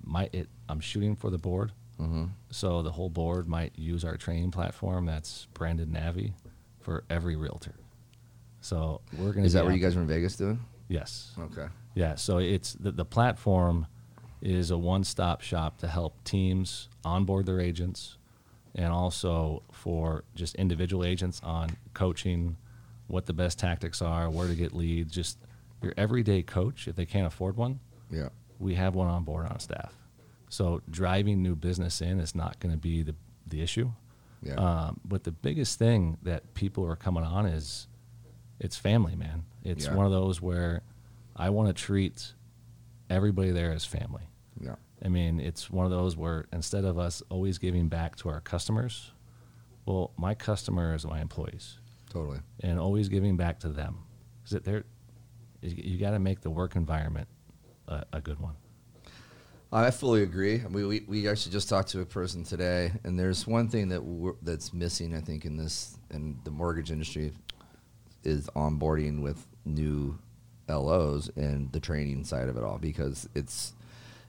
Speaker 2: my. It, I'm shooting for the board,
Speaker 1: Mm-hmm.
Speaker 2: so the whole board might use our training platform. That's branded Navi for every realtor. So we're going to.
Speaker 1: Is that what you guys were in Vegas doing?
Speaker 2: Yes.
Speaker 1: Okay.
Speaker 2: Yeah, so it's the, the platform is a one-stop shop to help teams onboard their agents and also for just individual agents on coaching what the best tactics are, where to get leads, just your everyday coach if they can't afford one.
Speaker 1: Yeah.
Speaker 2: We have one on board on staff. So driving new business in is not going to be the the issue.
Speaker 1: Yeah.
Speaker 2: Um, but the biggest thing that people are coming on is it's family, man. It's
Speaker 1: Yeah.
Speaker 2: one of those where I want to treat everybody there as family.
Speaker 1: yeah.
Speaker 2: I mean, it's one of those where instead of us always giving back to our customers, well, my customer is my employees
Speaker 1: Totally.
Speaker 2: and always giving back to them. Is it there? You got to make the work environment a, a good one.
Speaker 1: I fully agree. We, we, we actually just talked to a person today, and there's one thing that we're, that's missing, I think, in this in the mortgage industry is onboarding with new LOs and the training side of it all. Because it's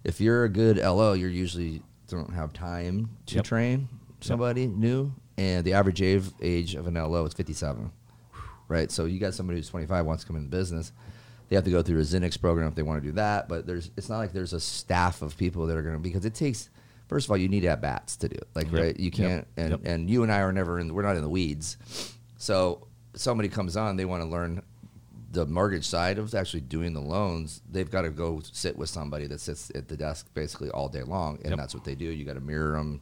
Speaker 1: if you're a good LO, you usually don't have time to
Speaker 2: Yep.
Speaker 1: train somebody new, and the average age, age of an LO is 57 right? So you got somebody who's 25 wants to come into business. They have to go through a Zenix program if they want to do that. But there's it's not like there's a staff of people that are going to because it takes. First of all, you need at bats to do it. Like
Speaker 2: Yep.
Speaker 1: right, you
Speaker 2: Yep.
Speaker 1: can't and
Speaker 2: Yep.
Speaker 1: and you and I are never in. We're not in the weeds. So somebody comes on, they want to learn the mortgage side of actually doing the loans. They've got to go sit with somebody that sits at the desk basically all day long, and
Speaker 2: Yep.
Speaker 1: that's what they do. You got to mirror them.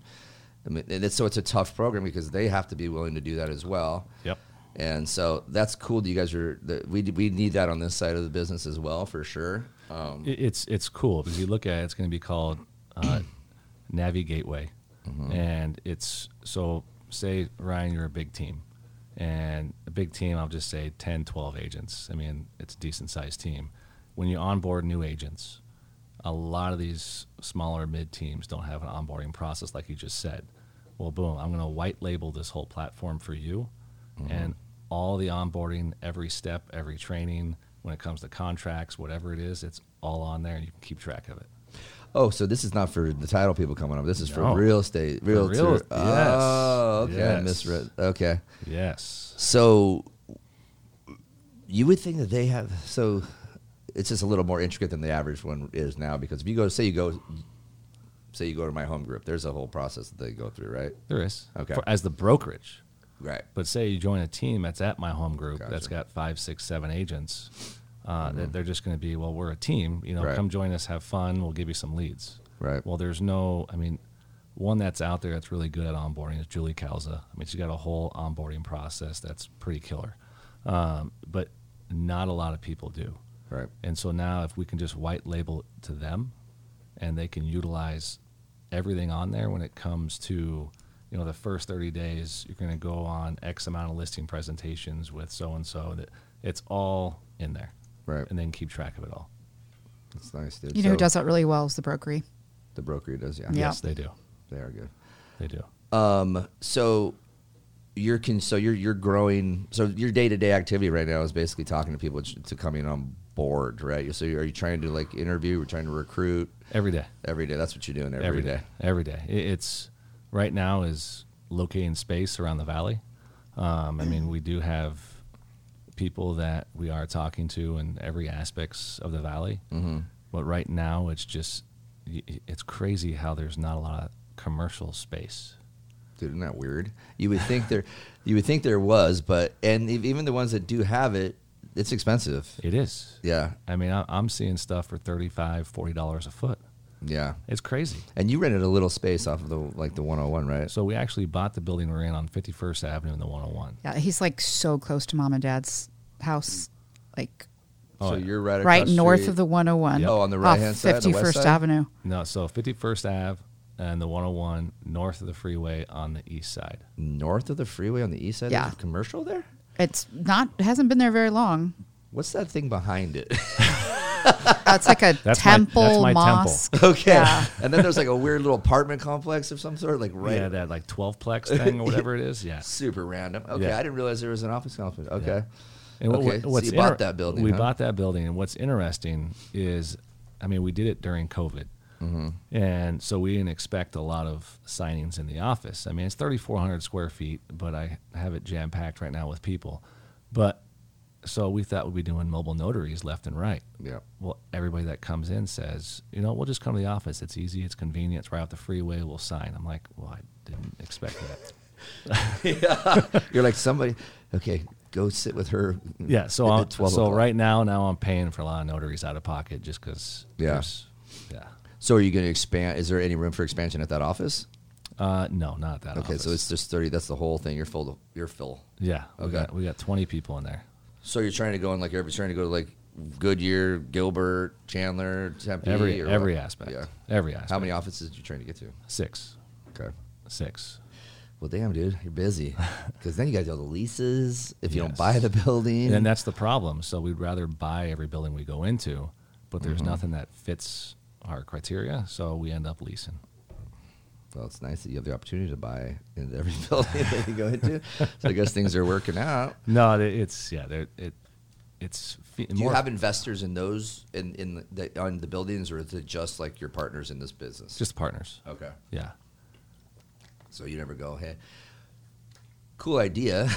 Speaker 1: I mean, and it's, so it's a tough program because they have to be willing to do that as well.
Speaker 2: Yep.
Speaker 1: And so that's cool. That you guys are that we we need that on this side of the business as well for sure. Um,
Speaker 2: It- it's it's cool because you look at it, it's going to be called uh, Navi Gateway, and it's so say Ryan, you're a big team, and a big team. I'll just say 10, 12 agents. I mean, it's a decent sized team. When you onboard new agents, a lot of these smaller mid teams don't have an onboarding process like you just said. Well, boom, I'm going to white label this whole platform for you, and all the onboarding, every step, every training, when it comes to contracts, whatever it is, it's all on there and you can keep track of it.
Speaker 1: Oh, so this is not for the title people coming up. This is
Speaker 2: No.
Speaker 1: for real estate, real.
Speaker 2: real- yes.
Speaker 1: Oh, okay. I
Speaker 2: Yes.
Speaker 1: misread. Okay.
Speaker 2: Yes.
Speaker 1: So you would think that they have so it's just a little more intricate than the average one is now because if you go say you go say you go to my home group, there's a whole process that they go through, right?
Speaker 2: There is.
Speaker 1: Okay.
Speaker 2: For, as the brokerage.
Speaker 1: Right.
Speaker 2: But say you join a team that's at my home group that's
Speaker 1: Gotcha. Mm-hmm.
Speaker 2: got five, six, seven agents. Uh, that They're just going to be, well, we're a team. You know,
Speaker 1: Right.
Speaker 2: come join us, have fun. We'll give you some leads.
Speaker 1: Right.
Speaker 2: Well, there's no, I mean, one that's out there that's really good at onboarding is Julie Calza. I mean, she's got a whole onboarding process that's pretty killer. Um, but not a lot of people do.
Speaker 1: Right.
Speaker 2: And so now, if we can just white label it to them, and they can utilize everything on there when it comes to, you know, the first 30 days, you're going to go on X amount of listing presentations with so and so. That it's all in there,
Speaker 1: Right.
Speaker 2: And then keep track of it all.
Speaker 1: That's nice, dude.
Speaker 3: You know who
Speaker 1: So
Speaker 3: does that really well is the brokery.
Speaker 1: The broker does, yeah.
Speaker 3: Yeah.
Speaker 2: Yes, they do.
Speaker 1: They are good.
Speaker 2: They do.
Speaker 1: Um so you're can so you're you're growing so your day-to-day activity right now is basically talking to people to to coming on board, right? So are you trying to like interview, we're trying to recruit
Speaker 2: Every day.
Speaker 1: every day. That's what you're doing
Speaker 2: every day. Every day. It- It's right now is locating space around the valley. Um, I mean, we do have people that we are talking to in every aspects of the valley. Mm-hmm. But right now, it's just y- y- it's crazy how there's not a lot of commercial space.
Speaker 1: Dude, isn't that weird? You would think there, you would think there was, but and ev- even the ones that do have it, it's expensive.
Speaker 2: It is.
Speaker 1: Yeah,
Speaker 2: I mean, I, I'm seeing stuff for 35 $40 a foot.
Speaker 1: yeah.
Speaker 2: It's crazy.
Speaker 1: And you rented a little space off of the like the 101, right?
Speaker 2: So we actually bought the building we're in on 51st Avenue in the 101.
Speaker 3: Yeah, he's like so close to mom and dad's house, like
Speaker 2: Oh,
Speaker 1: so you're right,
Speaker 3: right
Speaker 1: across
Speaker 3: north
Speaker 1: street.
Speaker 3: of the 101.
Speaker 1: Yep. Oh, on the
Speaker 3: off
Speaker 1: right-hand side, the
Speaker 3: 51st
Speaker 1: west side?
Speaker 3: Avenue.
Speaker 2: No, so 51st Ave and the 101 north of the freeway on the east side.
Speaker 1: north of the freeway on the east side.
Speaker 3: Yeah.
Speaker 1: There's a commercial there.
Speaker 3: It's not it hasn't been there very long.
Speaker 1: What's that thing behind it?
Speaker 3: Uh, it's like a
Speaker 2: That's my-
Speaker 3: temple
Speaker 2: that's my temple.
Speaker 3: mosque.
Speaker 1: okay.
Speaker 3: Yeah.
Speaker 1: And then there's like a weird little apartment complex of some sort, like right.
Speaker 2: Yeah, that like 12plex thing or whatever it is. Yeah.
Speaker 1: Super random. Okay, I
Speaker 2: Yeah.
Speaker 1: didn't realize there was an office complex. Okay.
Speaker 2: And what-
Speaker 1: Okay, so you bought that building,
Speaker 2: We
Speaker 1: huh?
Speaker 2: bought that building. And what's interesting is, I mean, we did it during COVID.
Speaker 1: Mm-hmm.
Speaker 2: And so we didn't expect a lot of signings in the office. I mean, it's 3,400 square feet, but I have it jam packed right now with people. But so we thought we'd be doing mobile notaries left and right.
Speaker 1: Yeah.
Speaker 2: Well, everybody that comes in says, you know, we'll just come to the office. It's easy, it's convenient, it's right off the freeway, we'll sign. I'm like, well, I didn't expect that.
Speaker 1: You're like somebody. Okay, go sit with her.
Speaker 2: Yeah, so
Speaker 1: at
Speaker 2: I'm,
Speaker 1: 12
Speaker 2: so
Speaker 1: o'clock.
Speaker 2: right now, now I'm paying for a lot of notaries out of pocket just because.
Speaker 1: Yeah.
Speaker 2: yeah.
Speaker 1: So are you going to expand? Is there any room for expansion at that office?
Speaker 2: Uh, no, not at that.
Speaker 1: Okay, so
Speaker 2: office.
Speaker 1: it's just thirty. That's the whole thing. You're full. You're full.
Speaker 2: yeah. We
Speaker 1: okay.
Speaker 2: got we got 20 people in there.
Speaker 1: So you're trying to go in like every. Trying to go to like Goodyear, Gilbert, Chandler, Tempe.
Speaker 2: Every
Speaker 1: or
Speaker 2: every
Speaker 1: what?
Speaker 2: aspect.
Speaker 1: Yeah.
Speaker 2: Every aspect.
Speaker 1: How many offices are you trying to get to?
Speaker 2: Six,
Speaker 1: Okay.
Speaker 2: six.
Speaker 1: Well, damn, dude, you're busy. Because then you got to do all the leases. If you don't
Speaker 2: Yes.
Speaker 1: buy the building,
Speaker 2: And that's the problem. So we'd rather buy every building we go into, but there's nothing that fits our criteria, so we end up leasing.
Speaker 1: well, it's nice that you have the opportunity to buy in every building that you go into. so I guess things are working out.
Speaker 2: No, it- it's yeah, there it it's fe-
Speaker 1: Do
Speaker 2: more
Speaker 1: you have investors in those in in the, on the buildings, or is it just like your partners in this business?
Speaker 2: just partners.
Speaker 1: okay.
Speaker 2: Yeah.
Speaker 1: So you never go, hey, cool idea.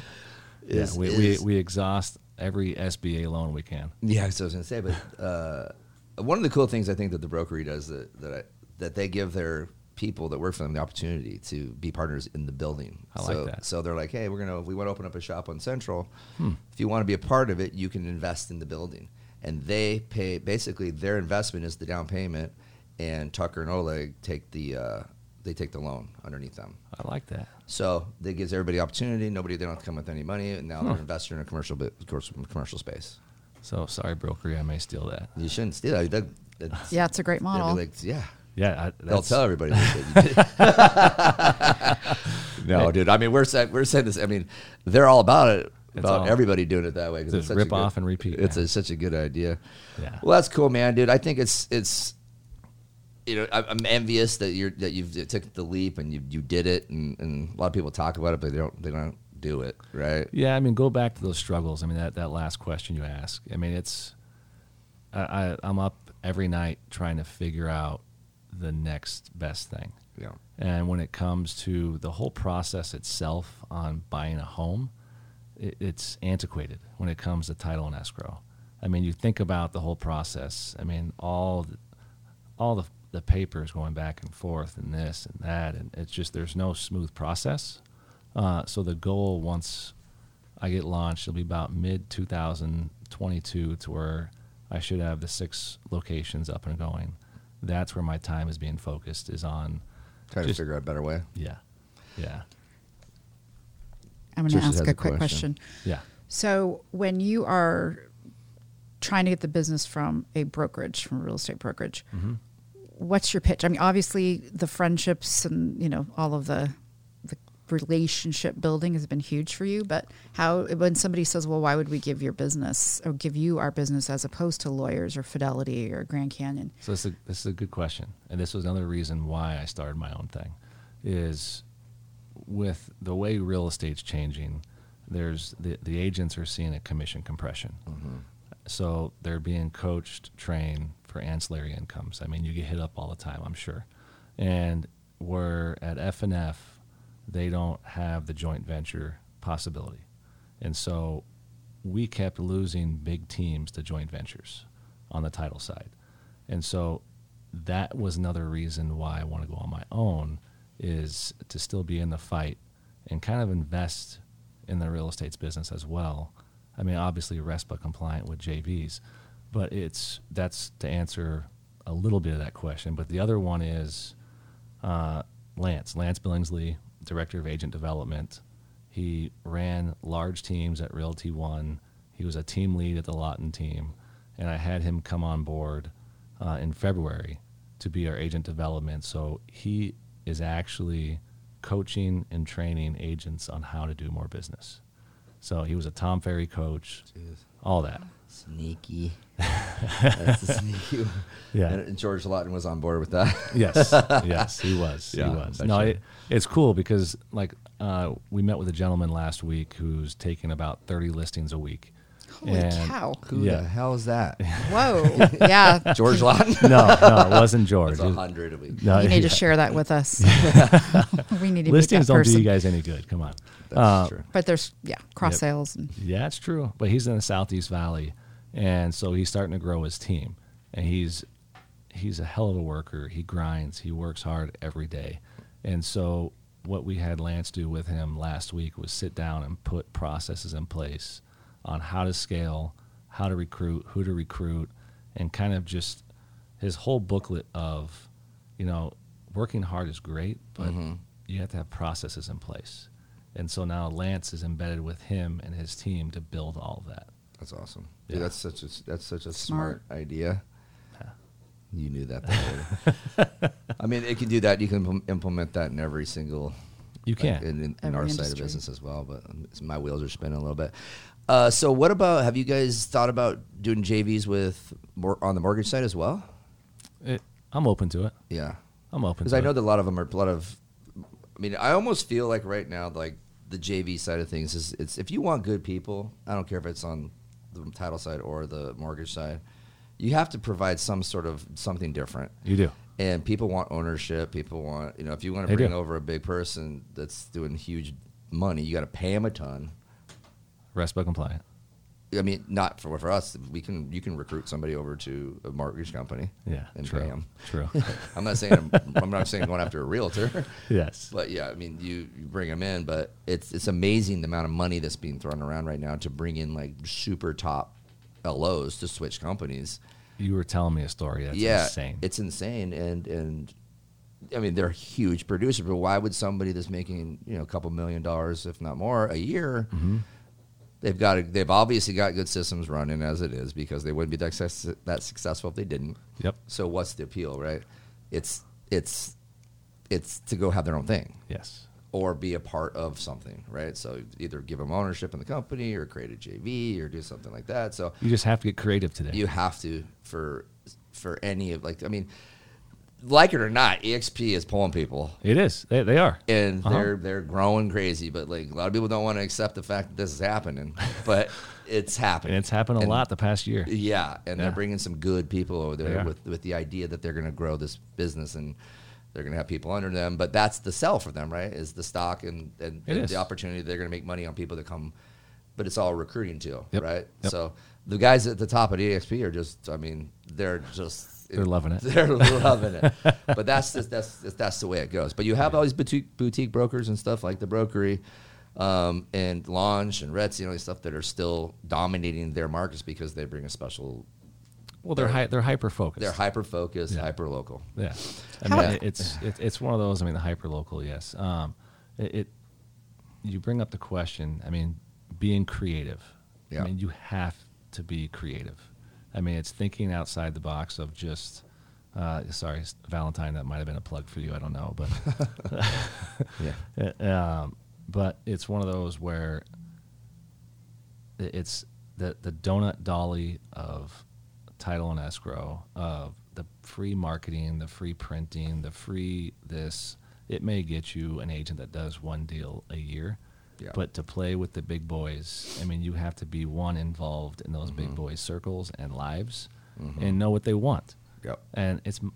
Speaker 2: yeah, we,
Speaker 1: is-
Speaker 2: we we exhaust every SBA loan we can.
Speaker 1: yeah, so I was going to say, but uh, one of the cool things I think that the brokery does that that, I, that they give their people that work for them the opportunity to be partners in the building.
Speaker 2: I like
Speaker 1: so,
Speaker 2: that. Hmm.
Speaker 1: So they're like, hey, we're going to, we want to open up a shop on Central. If you want to be a part of it, you can invest in the building. And they pay, basically, their investment is the down payment, and Tucker and Oleg take the, uh, they take the loan underneath them.
Speaker 2: I like that.
Speaker 1: So that gives everybody opportunity. Nobody they don't have to come with any money, and now they're an investor in a commercial bit, commercial space.
Speaker 2: So sorry, broker, I may steal that.
Speaker 1: You shouldn't steal that. that that's,
Speaker 3: Yeah, it's a great
Speaker 1: they'll be
Speaker 3: model.
Speaker 1: like, yeah,
Speaker 2: Yeah, I,
Speaker 1: they'll
Speaker 2: that's-
Speaker 1: tell everybody. That you did. no, dude. I mean, we're saying, we're saying this. I mean, they're all about it. about
Speaker 2: all-
Speaker 1: everybody doing it that way. 'cause
Speaker 2: Just
Speaker 1: such a
Speaker 2: rip
Speaker 1: good-
Speaker 2: off and repeat,
Speaker 1: It's
Speaker 2: man.
Speaker 1: a, such a good idea.
Speaker 2: Yeah.
Speaker 1: Well, that's cool, man, dude. I think it's it's. You know, I- I'm envious that you're that you've took the leap and you you did it, and, and a lot of people talk about it, but they don't they don't do it, right?
Speaker 2: Yeah, I mean, go back to those struggles. I mean, that, that last question you asked. I mean, it's I, I I'm up every night trying to figure out the next best thing.
Speaker 1: Yeah.
Speaker 2: And when it comes to the whole process itself on buying a home, it, it's antiquated when it comes to title and escrow. I mean, you think about the whole process. I mean, all the, all the the papers going back and forth and this and that, and it's just there's no smooth process. Uh, so the goal once I get launched, it'll be about mid 2022 to where I should have the six locations up and going. That's where my time is being focused is on.
Speaker 1: Try
Speaker 2: Just-
Speaker 1: to figure out a better way.
Speaker 2: Yeah, yeah,
Speaker 3: I'm going
Speaker 1: Tricia
Speaker 3: to
Speaker 1: has
Speaker 3: ask
Speaker 1: a
Speaker 3: a quick
Speaker 1: question.
Speaker 3: question.
Speaker 2: yeah.
Speaker 3: So, when you are trying to get the business from a brokerage, from a real estate brokerage,
Speaker 2: Mm-hmm.
Speaker 3: what's your pitch? I mean, obviously, the friendships and you know all of the the relationship building has been huge for you. But how when somebody says, "Well, why would we give your business or give you our business as opposed to lawyers or Fidelity or Grand Canyon?"
Speaker 2: So this is, a, this is a good question, and this was another reason why I started my own thing, is with the way real estate's changing, there's the the agents are seeing a commission compression, so they're being coached, trained for ancillary incomes. I mean, you get hit up all the time, I'm sure, and we're at F and F, they don't have the joint venture possibility, and so we kept losing big teams to joint ventures on the title side. And so that was another reason why I want to go on my own is to still be in the fight and kind of invest in the real estate's business as well. I mean, obviously RESPA compliant with JVs, but it's that's to answer a little bit of that question. But the other one is uh, Lance, Lance Billingsley, director of agent development. He ran large teams at Realty One. He was a team lead at the Lawton team, and I had him come on board uh, in February to be our agent development. So he is actually coaching and training agents on how to do more business. So he was a Tom Ferry coach, all that.
Speaker 1: Sneaky. That's the sneaky. one.
Speaker 2: Yeah.
Speaker 1: And, and George Lawton was on board with that.
Speaker 2: yes, yes, he was.
Speaker 1: Yeah,
Speaker 2: he was.
Speaker 1: I
Speaker 2: No,
Speaker 1: bet you.
Speaker 2: it, it's cool because like uh, we met with a gentleman last week who's taking about thirty listings a week.
Speaker 3: Holy
Speaker 2: And-
Speaker 3: cow!
Speaker 1: Who
Speaker 2: Yeah.
Speaker 1: the hell is that?
Speaker 3: Whoa! yeah,
Speaker 1: George Lawton.
Speaker 2: No, no, it wasn't George.
Speaker 1: It's
Speaker 2: It-
Speaker 1: a hundred a week.
Speaker 2: no,
Speaker 3: you need
Speaker 2: yeah.
Speaker 3: to share that with us. we need to
Speaker 2: listings
Speaker 3: meet that
Speaker 2: don't do
Speaker 3: person.
Speaker 2: you guys any good. Come on.
Speaker 1: That's
Speaker 2: Uh,
Speaker 1: true.
Speaker 3: But there's yeah cross
Speaker 2: Yep.
Speaker 3: sales and
Speaker 2: Yeah, it's true. But he's in the Southeast Valley, and so he's starting to grow his team. And he's he's a hell of a worker. He grinds. He works hard every day. And so what we had Lance do with him last week was sit down and put processes in place on how to scale, how to recruit, who to recruit, and kind of just his whole booklet of, you know, working hard is great, but
Speaker 1: Mm-hmm.
Speaker 2: you have to have processes in place. And so now Lance is embedded with him and his team to build all of that.
Speaker 1: That's awesome. Dude,
Speaker 2: Yeah.
Speaker 1: that's such a that's such a smart,
Speaker 3: Smart.
Speaker 1: idea. You knew that. that already. I mean, it can do that. You can im- implement that in every single.
Speaker 2: You
Speaker 1: like,
Speaker 2: can.
Speaker 1: in, in, in
Speaker 3: Every
Speaker 1: our side of
Speaker 3: industry.
Speaker 1: business as well. But um, it's- my wheels are spinning a little bit. Uh, so, what about? Have you guys thought about doing JVs with mor- on the mortgage side as well?
Speaker 2: It, I'm open to it.
Speaker 1: Yeah,
Speaker 2: I'm open
Speaker 1: because
Speaker 2: to
Speaker 1: I know
Speaker 2: it.
Speaker 1: that a lot of them are a lot of. I mean, I almost feel like right now, like the JV side of things is it's if you want good people, I don't care if it's on the title side or the mortgage side, you have to provide some sort of something different.
Speaker 2: You do.
Speaker 1: And people want ownership. People want you know if you want
Speaker 2: They
Speaker 1: to bring
Speaker 2: do.
Speaker 1: over a big person that's doing huge money, you got to pay him a ton.
Speaker 2: RESPA compliant.
Speaker 1: I mean, not for for us. We can you can recruit somebody over to a mortgage company.
Speaker 2: Yeah.
Speaker 1: and
Speaker 2: true.
Speaker 1: pay them.
Speaker 2: True.
Speaker 1: I'm not saying I'm, I'm not saying going after a realtor.
Speaker 2: yes.
Speaker 1: But yeah, I mean, you, you bring them in, but it's it's amazing the amount of money that's being thrown around right now to bring in like super top LOs to switch companies.
Speaker 2: You were telling me a story. That's
Speaker 1: yeah,
Speaker 2: insane.
Speaker 1: it's insane, and and I mean they're huge producers, but why would somebody that's making you know a couple million dollars, if not more, a year?
Speaker 2: Mm-hmm.
Speaker 1: They've got a, they've obviously got good systems running as it is because they wouldn't be that, success, that successful if they didn't.
Speaker 2: yep.
Speaker 1: So what's the appeal, right? It's it's it's to go have their own thing
Speaker 2: Yes.
Speaker 1: or be a part of something, right? So either give them ownership in the company or create a JV or do something like that. So
Speaker 2: You just have to get creative today.
Speaker 1: you have to for for any of like I mean like it or not, EXP is pulling people,
Speaker 2: It is. They, they are.
Speaker 1: and
Speaker 2: Uh-huh.
Speaker 1: they're they're growing crazy. But like a lot of people don't want to accept the fact that this is happening, but it's happening.
Speaker 2: And it's happened a
Speaker 1: And-
Speaker 2: lot the past year.
Speaker 1: Yeah, and
Speaker 2: Yeah.
Speaker 1: they're bringing some good people over there
Speaker 2: Yeah.
Speaker 1: with with the idea that they're going to grow this business and they're going to have people under them. But that's the sell for them, right? Is the stock and and,
Speaker 2: It
Speaker 1: and
Speaker 2: is.
Speaker 1: the opportunity they're going to make money on people that come. But it's all recruiting too,
Speaker 2: Yep.
Speaker 1: right?
Speaker 2: Yep.
Speaker 1: So the guys at the top of EXP are just, I mean, they're just
Speaker 2: They're loving it.
Speaker 1: They're loving it. But that's just, that's that's the way it goes. But you have all these boutique boutique brokers and stuff like the brokery um, and Launch and Rets, you know, stuff that are still dominating their markets because they bring a special.
Speaker 2: Well, they're hi- they're hyper focused.
Speaker 1: They're hyper focused, hyper local.
Speaker 2: Yeah, I
Speaker 3: How-
Speaker 2: mean it- it's it, it's one of those. I mean the hyper local, yes. Um, it, it you bring up the question. I mean being creative.
Speaker 1: Yeah.
Speaker 2: I mean you have to be creative. I mean it's thinking outside the box of just. Uh, sorry, Valentine. That might have been a plug for you. I don't know, but
Speaker 1: Yeah,
Speaker 2: um, but it's one of those where i- it's the the donut dolly of title and escrow of the free marketing, the free printing, the free this. It may get you an agent that does one deal a year,
Speaker 1: Yeah.
Speaker 2: but to play with the big boys, I mean, you have to be one involved in those
Speaker 1: Mm-hmm.
Speaker 2: big boys circles and lives, and know what they want.
Speaker 1: Yep.
Speaker 2: And it's m-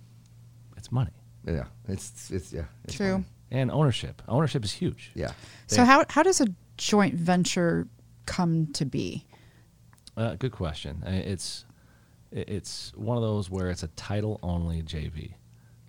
Speaker 2: it's money
Speaker 1: yeah. It's it's yeah. It's
Speaker 3: True.
Speaker 1: funny.
Speaker 2: and ownership. Ownership is huge.
Speaker 1: Yeah.
Speaker 3: So how how does a joint venture come to be?
Speaker 2: Uh, good question. I- It's it- it's one of those where it's a title only JV.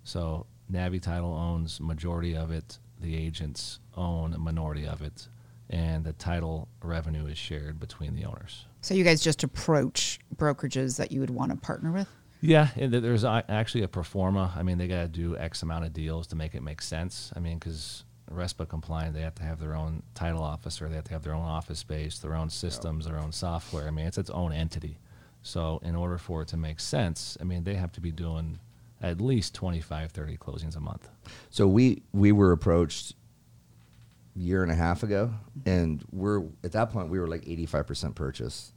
Speaker 2: So Navi Title owns majority of it. The agents own a minority of it, and the title revenue is shared between the owners.
Speaker 3: So you guys just approach brokerages that you would want to partner with.
Speaker 2: Yeah, and th- there's a- actually a performa. I mean, they got to do X amount of deals to make it make sense. I mean, because RESPA compliant, they have to have their own title officer, they have to have their own office space, their own systems, their own software. I mean, it's its own entity. So, in order for it to make sense, I mean, they have to be doing at least 25, 30 closings a month.
Speaker 1: So we we were approached a year and a half ago, and we're at that point we were like eighty five percent purchase,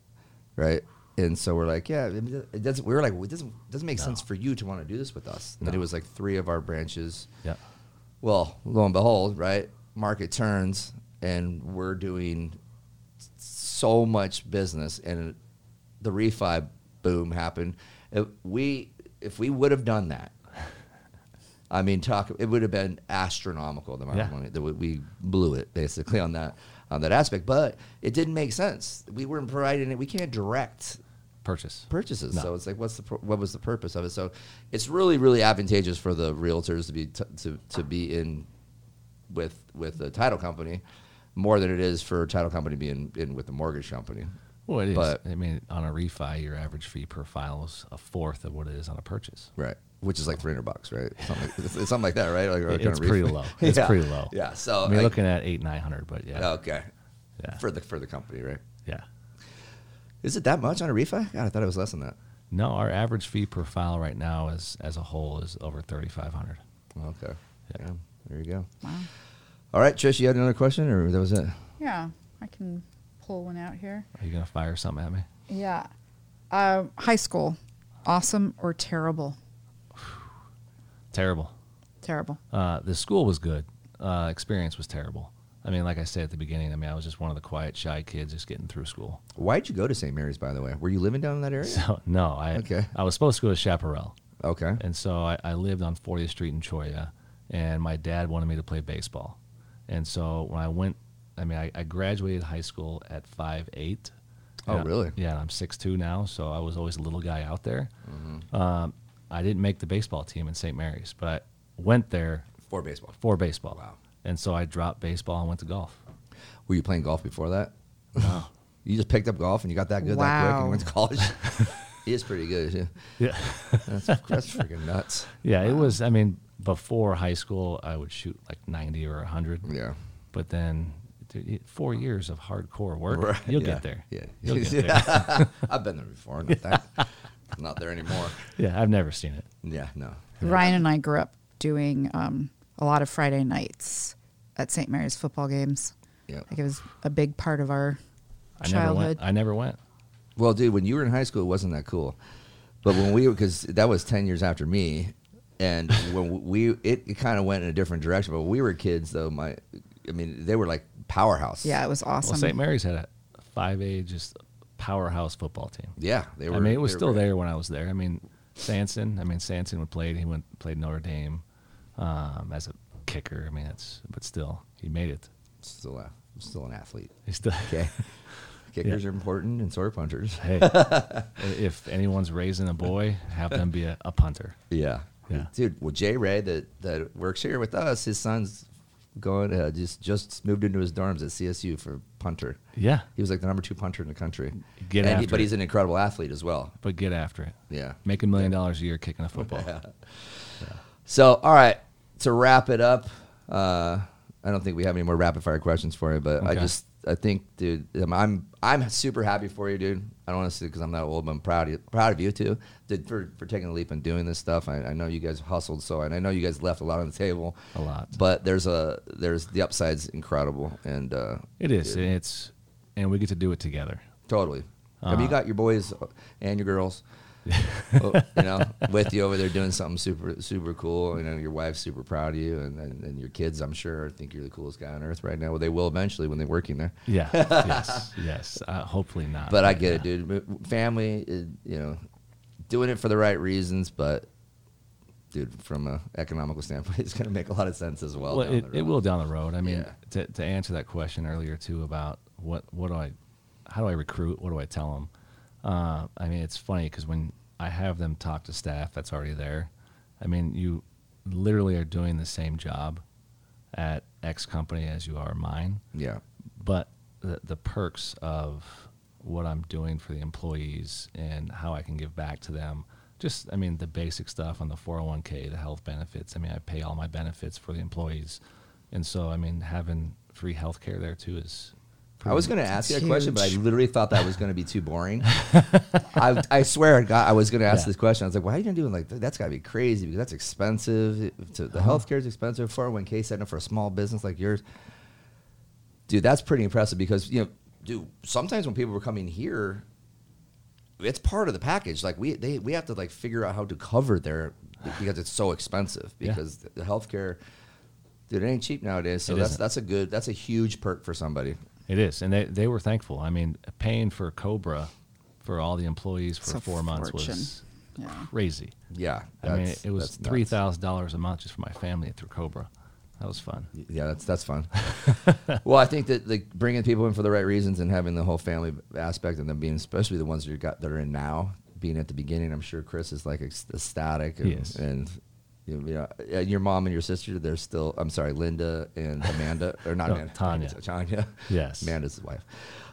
Speaker 1: right? And so we're like, yeah, it doesn't- it doesn't. We were like, well, it doesn't doesn't make sense for you to want to do this with us. And it was like three of our branches.
Speaker 2: Yeah.
Speaker 1: Well, lo and behold, right? Market turns, and we're doing so much business, and the refi boom happened. If we if we would have done that, I mean, talk. It would have been astronomical the amount of
Speaker 2: Yeah.
Speaker 1: money that we- we blew it basically on that on that aspect. But it didn't make sense. We weren't providing it. We can't direct
Speaker 2: Purchase.
Speaker 1: purchases.
Speaker 2: No.
Speaker 1: So it's like, what's the pur- what was the purpose of it? So it's really really advantageous for the realtors to be t- to to be in with with the title company more than it is for a title company being in with the mortgage company.
Speaker 2: Well, it is.
Speaker 1: But-
Speaker 2: I mean, on a refi, your average fee per file is a fourth of what it is on a purchase.
Speaker 1: Right. Which is like three hundred bucks, right? Something like, it's something like that, right? Like,
Speaker 2: It-
Speaker 1: kind
Speaker 2: it's
Speaker 1: of
Speaker 2: pretty
Speaker 1: refund.
Speaker 2: low. It's
Speaker 1: Yeah.
Speaker 2: pretty low.
Speaker 1: Yeah. So
Speaker 2: I mean,
Speaker 1: like-
Speaker 2: looking at eight, 900, but yeah.
Speaker 1: okay,
Speaker 2: Yeah.
Speaker 1: for the for the company, right?
Speaker 2: yeah.
Speaker 1: Is it that much on a refi? God, I thought it was less than that.
Speaker 2: No, our average fee per file right now is, as a whole, is over thirty-five hundred.
Speaker 1: Okay.
Speaker 2: Yeah.
Speaker 1: Yeah. There you go.
Speaker 3: Wow.
Speaker 1: All right, Trish, you had another question, or that was it?
Speaker 3: Yeah, I can pull one out here.
Speaker 2: Are you gonna fire something at me?
Speaker 3: Yeah. Uh, high school, awesome or terrible?
Speaker 2: Terrible.
Speaker 3: Terrible.
Speaker 2: Uh, the school was good. Uh, experience was terrible. I mean, like I said at the beginning, I mean, I was just one of the quiet, shy kids just getting through school.
Speaker 1: Why'd you go to St. Mary's, by the way? Were you living down in that area?
Speaker 2: So no, I
Speaker 1: Okay.
Speaker 2: I was supposed to go to Chaparral,
Speaker 1: Okay.
Speaker 2: and so I, I lived on 40th Street in Cholla, and my dad wanted me to play baseball, and so when I went, I mean, I, I graduated high school at five eight.
Speaker 1: Oh, really?
Speaker 2: Yeah, and I'm six two now, so I was always a little guy out there.
Speaker 1: Mm-hmm.
Speaker 2: Um, I didn't make the baseball team in St. Mary's, but I went there
Speaker 1: For baseball.
Speaker 2: for baseball.
Speaker 1: Wow.
Speaker 2: And so I dropped baseball and went to golf.
Speaker 1: Were you playing golf before that? No. you just picked up golf and you got that good that quick and
Speaker 3: Wow.
Speaker 1: you went to college? he is pretty good. Yeah.
Speaker 2: Yeah.
Speaker 1: That's, that's freaking nuts.
Speaker 2: yeah, it was. I mean, before high school, I would shoot like 90 or 100.
Speaker 1: Yeah.
Speaker 2: But then dude, it- four years of hardcore work,
Speaker 1: Right,
Speaker 2: you'll
Speaker 1: yeah,
Speaker 2: get there.
Speaker 1: Yeah.
Speaker 2: You'll get there. Yeah.
Speaker 1: Yeah. I've been there before. Not, that, not there anymore.
Speaker 2: I've never seen it.
Speaker 1: Yeah, no.
Speaker 3: Ryan and I grew up doing um, a lot of Friday nights at St. Mary's football games.
Speaker 1: Yeah.
Speaker 3: Like it was a big part of our
Speaker 2: I never
Speaker 3: childhood.
Speaker 2: went. I never went.
Speaker 1: Well, dude, when you were in high school, it wasn't that cool. But when we were, because that was 10 years after me, and when we it, it kind of went in a different direction. But when we were kids, though, my I mean, they were like powerhouse.
Speaker 3: Yeah, it was awesome.
Speaker 2: Well, St. Mary's had a five A just powerhouse football team.
Speaker 1: yeah, they were.
Speaker 2: I mean, it was
Speaker 1: they
Speaker 2: still
Speaker 1: were-
Speaker 2: there when I was there. I mean, Sanson. I mean, Sanson would played. He went played Notre Dame um, as a kicker. I mean, that's but still he made it.
Speaker 1: Still, a, still an athlete.
Speaker 2: He still.
Speaker 1: Okay, kickers are important, and so are punters.
Speaker 2: Hey, if anyone's raising a boy, have them be a, a punter.
Speaker 1: Yeah.
Speaker 2: Yeah.
Speaker 1: Dude, well, Jay Ray that, that works here with us, his son's going uh, just just moved into his dorms at CSU for punter.
Speaker 2: Yeah,
Speaker 1: He was like the number two punter in the country.
Speaker 2: Get
Speaker 1: And he-
Speaker 2: after
Speaker 1: but
Speaker 2: it.
Speaker 1: he's an incredible athlete as well.
Speaker 2: but get after it.
Speaker 1: Yeah.
Speaker 2: Make a million dollars a year kicking a football.
Speaker 1: So, all right, to wrap it up, uh, I don't think we have any more rapid fire questions for you, but I
Speaker 2: Okay.
Speaker 1: just I think, dude, I'm I'm, I'm super happy for you, dude. I don't want to say because I'm not old, but I'm proud of you, proud of you too, dude, for for taking the leap and doing this stuff. I, I know you guys hustled so, and I know you guys left a lot on the table,
Speaker 2: A lot.
Speaker 1: But there's a there's the upside's incredible, and uh,
Speaker 2: It is. and It's and we get to do it together.
Speaker 1: Totally.
Speaker 2: Uh-huh.
Speaker 1: Have you got your boys and your girls, oh, you know, with you over there doing something super super cool? You know, your wife's super proud of you, and, and, and your kids, I'm sure, think you're the coolest guy on earth right now. Well, they will eventually when they're working there.
Speaker 2: Yeah. yes. Yes. Uh, hopefully not.
Speaker 1: But I get it, dude. Family, is, you know, doing it for the right reasons, but. Dude, from a economical standpoint, it's going to make a lot of sense as well.
Speaker 2: well,
Speaker 1: down
Speaker 2: it,
Speaker 1: the
Speaker 2: it
Speaker 1: road.
Speaker 2: will down the road. I mean,
Speaker 1: Yeah.
Speaker 2: to, to answer that question earlier too about what what do I, how do I recruit? What do I tell them? Uh, I mean, it's funny because when I have them talk to staff that's already there, I mean, you literally are doing the same job at X company as you are mine,
Speaker 1: Yeah,
Speaker 2: but the, the perks of what I'm doing for the employees and how I can give back to them. Just, I mean, the basic stuff on the 401k, the health benefits. I mean, I pay all my benefits for the employees. And so, I mean, having free health care there too is.
Speaker 1: I was going to ask you a question, but I
Speaker 3: huge.
Speaker 1: literally thought that was going to be too boring. I, I swear, to God, I was going to ask
Speaker 2: Yeah.
Speaker 1: this question. I was like, "Why are you doing like that? That's got to be crazy because that's expensive. To, the
Speaker 2: Uh-huh.
Speaker 1: healthcare is expensive. Four hundred one k setting up for a small business like yours, dude. That's pretty impressive because you know, dude. Sometimes when people were coming here, it's part of the package. Like we they we have to like figure out how to cover their because it's so expensive
Speaker 2: Yeah.
Speaker 1: because the healthcare. Dude, it ain't cheap nowadays. So
Speaker 2: It
Speaker 1: that's
Speaker 2: isn't.
Speaker 1: that's a good that's a huge perk for somebody.
Speaker 2: It is. And they, they were thankful. I mean, paying for Cobra for all the employees for
Speaker 3: It's a
Speaker 2: four months was
Speaker 3: fortune. Yeah.
Speaker 2: crazy.
Speaker 1: Yeah,
Speaker 2: I mean,
Speaker 1: that's-
Speaker 2: it was
Speaker 1: that's nuts.
Speaker 2: $3,000 a month just for my family through Cobra. That was fun.
Speaker 1: Yeah, that's that's fun. well, I think that like bringing people in for the right reasons and having the whole family aspect and them being especially the ones you got that are in now, being at the beginning. I'm sure Chris is like ec- ecstatic and,
Speaker 2: Yes.
Speaker 1: and you know, yeah, and your mom and your sister. They're still. I'm sorry, Linda and Amanda, or not
Speaker 2: No,
Speaker 1: Amanda,
Speaker 2: Tanya.
Speaker 1: Tanya.
Speaker 2: Yes.
Speaker 1: Amanda's wife.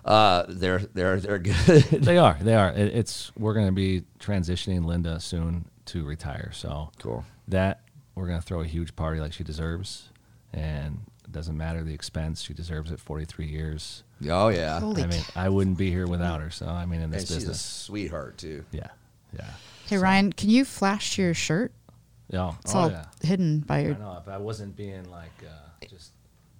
Speaker 1: Uh, they're they're they're good.
Speaker 2: They are. They are. It, it's we're going to be transitioning Linda soon to retire. So
Speaker 1: Cool.
Speaker 2: That we're going to throw a huge party like she deserves, and it doesn't matter the expense. She deserves it. Forty three years.
Speaker 1: oh yeah,
Speaker 3: Holy
Speaker 2: I mean,
Speaker 3: cow.
Speaker 2: I wouldn't be here without her. So I mean, in
Speaker 1: and
Speaker 2: this
Speaker 1: she's a
Speaker 2: business,
Speaker 1: sweetheart too.
Speaker 2: yeah, yeah,
Speaker 3: Hey, Ryan, can you flash your shirt?
Speaker 2: yeah. Oh,
Speaker 3: It's
Speaker 2: oh,
Speaker 3: all
Speaker 2: yeah.
Speaker 3: hidden by
Speaker 2: I
Speaker 3: your.
Speaker 2: know. If I wasn't being like uh, just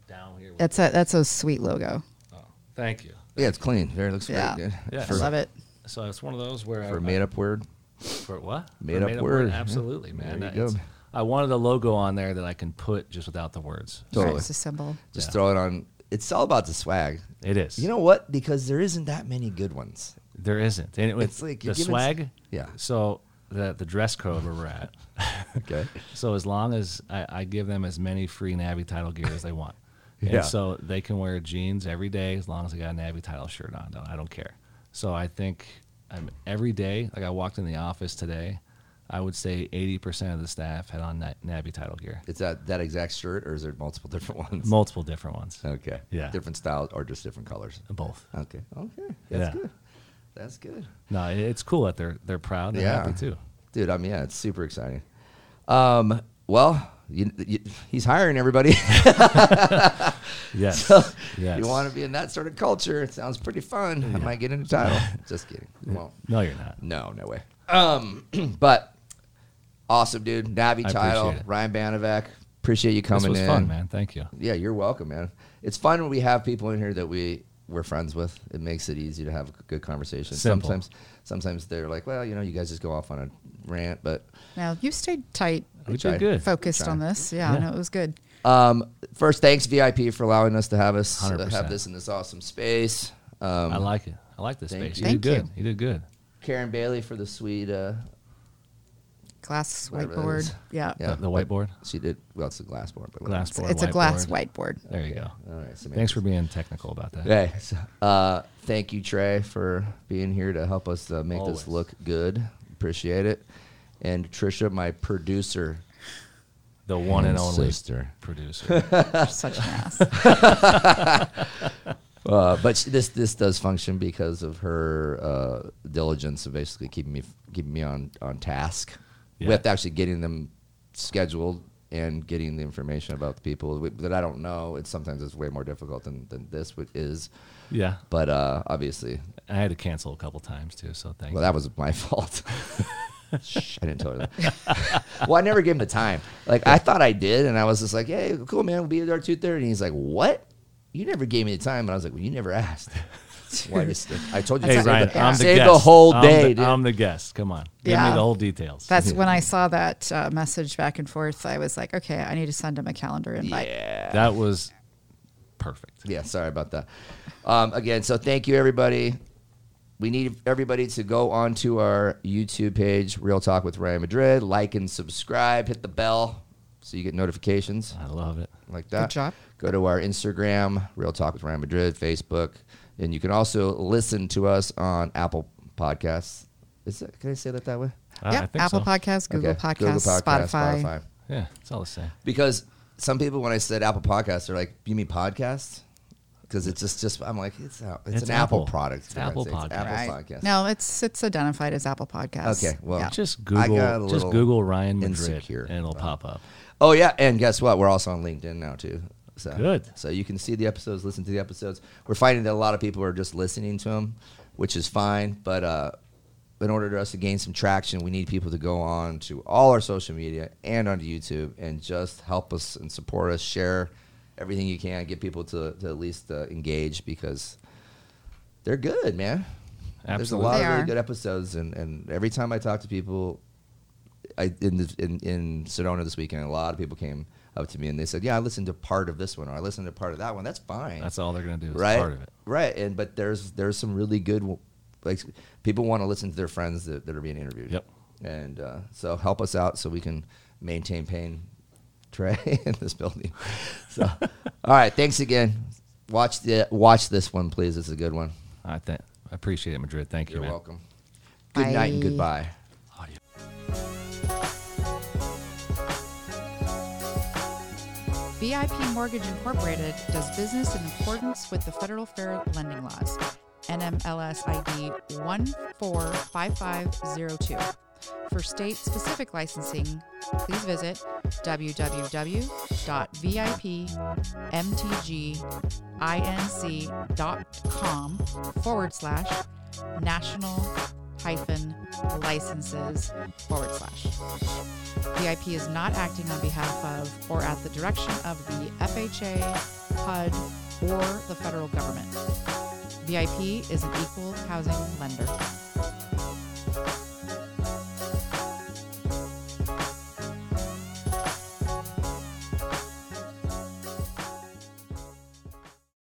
Speaker 2: down here, with,
Speaker 3: That's a that's a sweet logo.
Speaker 2: oh, thank you.
Speaker 1: Yeah, it's clean. Very looks
Speaker 3: Yeah.
Speaker 1: great. Dude.
Speaker 2: Yeah.
Speaker 3: I love it.
Speaker 2: So it's one of those where
Speaker 1: For
Speaker 2: I,
Speaker 1: a made up word.
Speaker 2: For what? For
Speaker 1: Made-up word.
Speaker 2: Absolutely, man.
Speaker 1: There you
Speaker 2: It's-
Speaker 1: go.
Speaker 2: I wanted a logo on there that I can put just without the words.
Speaker 1: Totally.
Speaker 3: Right, it's a symbol.
Speaker 1: Just
Speaker 2: Yeah.
Speaker 1: throw it on. It's all about the swag.
Speaker 2: It is.
Speaker 1: You know what? Because there isn't that many good ones.
Speaker 2: there isn't. And it,
Speaker 1: It's
Speaker 2: it's
Speaker 1: like
Speaker 2: like
Speaker 1: you're
Speaker 2: the
Speaker 1: giving-
Speaker 2: swag.
Speaker 1: Yeah.
Speaker 2: So the the dress code where we're at.
Speaker 1: Okay.
Speaker 2: so as long as I, I give them as many free Navy title gear as they want,
Speaker 1: Yeah.
Speaker 2: and so they can wear jeans every day as long as they got a Navy title shirt on. I don't care. So I think I'm, every day, like I walked in the office today, I would say 80% of the staff had on Na- Navy title gear.
Speaker 1: It's that that exact shirt, or is there multiple different ones?
Speaker 2: Multiple different ones.
Speaker 1: okay.
Speaker 2: Yeah.
Speaker 1: Different styles or just different colors.
Speaker 2: Both.
Speaker 1: Okay. Okay. That's
Speaker 2: Yeah.
Speaker 1: good. That's good.
Speaker 2: No, it- it's cool that they're they're proud and
Speaker 1: Yeah.
Speaker 2: happy too.
Speaker 1: Dude, I mean, yeah, it's super exciting. Um, well, you, you, he's hiring everybody.
Speaker 2: Yes. yes.
Speaker 1: You want to be in that sort of culture? It sounds pretty fun. I might get in a title. just kidding. Well,
Speaker 2: No, you're not.
Speaker 1: No, no way. Um, but awesome, dude. Navi
Speaker 2: I
Speaker 1: title,
Speaker 2: appreciate it.
Speaker 1: Ryan Banovac. Appreciate you coming
Speaker 2: this was
Speaker 1: in.
Speaker 2: fun, man. Thank you.
Speaker 1: Yeah, you're welcome, man. It's fun when we have people in here that we we're friends with. It makes it easy to have a good conversation.
Speaker 2: Simple.
Speaker 1: Sometimes, sometimes they're like, well, you know, you guys just go off on a rant, but
Speaker 3: Now you stayed tight,
Speaker 2: We
Speaker 1: tried.
Speaker 2: did good.
Speaker 3: focused on this. Yeah,
Speaker 2: Yeah.
Speaker 3: no, it was good.
Speaker 1: um, first, thanks VIP for allowing us to have us uh,
Speaker 2: 100%.
Speaker 1: have this in this awesome space. Um,
Speaker 2: I like it. I like this
Speaker 1: Thank
Speaker 2: space.
Speaker 1: you.
Speaker 2: You,
Speaker 3: Thank
Speaker 2: did good.
Speaker 3: you.
Speaker 2: You. did good.
Speaker 1: Karen Bailey for the sweet. Uh,
Speaker 3: Glass
Speaker 1: Whatever that
Speaker 3: whiteboard.
Speaker 1: is.
Speaker 3: Yeah,
Speaker 1: yeah,
Speaker 2: The, the whiteboard,
Speaker 1: she did. Well, it's a glass board, but whatever.
Speaker 2: glass board,
Speaker 3: it's a glass whiteboard.
Speaker 2: There you go.
Speaker 1: All right. So
Speaker 2: Thanks for being technical about that.
Speaker 1: Hey, so, uh, thank you, Trey, for being here to help us uh, make
Speaker 2: Always.
Speaker 1: this look good. Appreciate it. And Trisha, my producer,
Speaker 2: The one and only
Speaker 1: sister.
Speaker 2: producer.
Speaker 3: Such an ass.
Speaker 1: Uh, but she, this this does function because of her uh, diligence of basically keeping me keeping me on on task
Speaker 2: Yeah.
Speaker 1: with actually getting them scheduled and getting the information about the people that I don't know. It's sometimes it's way more difficult than than this would- is.
Speaker 2: yeah,
Speaker 1: But uh, obviously,
Speaker 2: I had to cancel a couple times too. So thank
Speaker 1: Well,
Speaker 2: you.
Speaker 1: that was my fault. Shh, I didn't tell her that. well, I never gave him the time. Like I thought I did, and I was just like, "Hey, cool, man, we'll be there at 2.30. And he's like, "What? You never gave me the time." And I was like, "Well, you never asked." Well, I, just, I told you.
Speaker 2: Hey
Speaker 1: to save
Speaker 2: Ryan,
Speaker 1: the,
Speaker 2: I'm the
Speaker 1: save
Speaker 2: guest.
Speaker 1: the whole
Speaker 2: I'm
Speaker 1: day.
Speaker 2: The,
Speaker 1: dude.
Speaker 2: I'm the guest. Come on, give me
Speaker 3: Yeah.
Speaker 2: the whole details.
Speaker 3: That's when I saw that uh, message back and forth. I was like, okay, I need to send him a calendar invite.
Speaker 1: yeah.
Speaker 2: that was perfect.
Speaker 1: Yeah, sorry about that. Um, again, so thank you, everybody. We need everybody to go onto our YouTube page, Real Talk with Ryan Madrid, like and subscribe, hit the bell so you get notifications.
Speaker 2: I love it.
Speaker 1: like that.
Speaker 3: job.
Speaker 1: Go to our Instagram, Real Talk with Ryan Madrid, Facebook, and you can also listen to us on Apple Podcasts. Is it? Can I say that that way?
Speaker 2: Uh, I, I
Speaker 3: Yep,
Speaker 2: think
Speaker 3: Apple
Speaker 2: so.
Speaker 3: Podcasts, Google,
Speaker 1: Okay.
Speaker 3: Podcasts, Spotify.
Speaker 2: Yeah, it's all the same.
Speaker 1: Because some people, when I said Apple Podcasts, they're like, "You mean podcast?" Because it's just, just I'm like, it's Apple- it's,
Speaker 2: It's
Speaker 1: an Apple,
Speaker 2: Apple.
Speaker 1: product.
Speaker 2: It's
Speaker 1: for God's
Speaker 2: Apple
Speaker 1: sakes.
Speaker 2: Podcast.
Speaker 1: Apple
Speaker 3: Right.
Speaker 1: Podcast.
Speaker 3: No, it's it's identified as Apple Podcasts.
Speaker 1: Okay, well,
Speaker 3: Yeah.
Speaker 2: Just
Speaker 1: I got
Speaker 2: Google,
Speaker 1: a
Speaker 2: just
Speaker 1: little
Speaker 2: Google Ryan Madrid,
Speaker 1: insecure
Speaker 2: and it'll
Speaker 1: about
Speaker 2: pop up.
Speaker 1: Oh yeah, and guess what? We're also on LinkedIn now too. So
Speaker 2: Good.
Speaker 1: So you can see the episodes, listen to the episodes. We're finding that a lot of people are just listening to them, which is fine. But uh, in order for us to gain some traction, we need people to go on to all our social media and onto YouTube and just help us and support us. Share everything you can. Get people to, to at least uh, engage because they're good, man. There's a
Speaker 2: Absolutely.
Speaker 1: lot
Speaker 3: They
Speaker 1: of really
Speaker 3: are.
Speaker 1: good episodes, and, and every time I talk to people, I in, the, in in Sedona this weekend, a lot of people came up to me and they said, "Yeah, I listened to part of this one, or I listened to part of that one. That's fine,
Speaker 2: That's all they're gonna do. Is
Speaker 1: right,
Speaker 2: part of it.
Speaker 1: right." And but there's there's some really good, w- like people want to listen to their friends that, that are being interviewed.
Speaker 2: Yep.
Speaker 1: And uh, so help us out so we can maintain pain, Trey, in this building. So, all right, thanks again. Watch the watch this one, please. It's a good one.
Speaker 2: I think I appreciate it, Madrid. Thank you,
Speaker 1: You're
Speaker 2: man.
Speaker 1: welcome. Good night and
Speaker 3: Bye.
Speaker 1: goodbye.
Speaker 3: VIP Mortgage Incorporated does business in accordance with the federal fair lending laws, NMLS ID 145502. For state specific licensing, please visit www.vipmtginc.com forward slash national hyphen licenses forward slash. VIP is not acting on behalf of or at the direction of the FHA, HUD, or the federal government. VIP is an equal housing lender.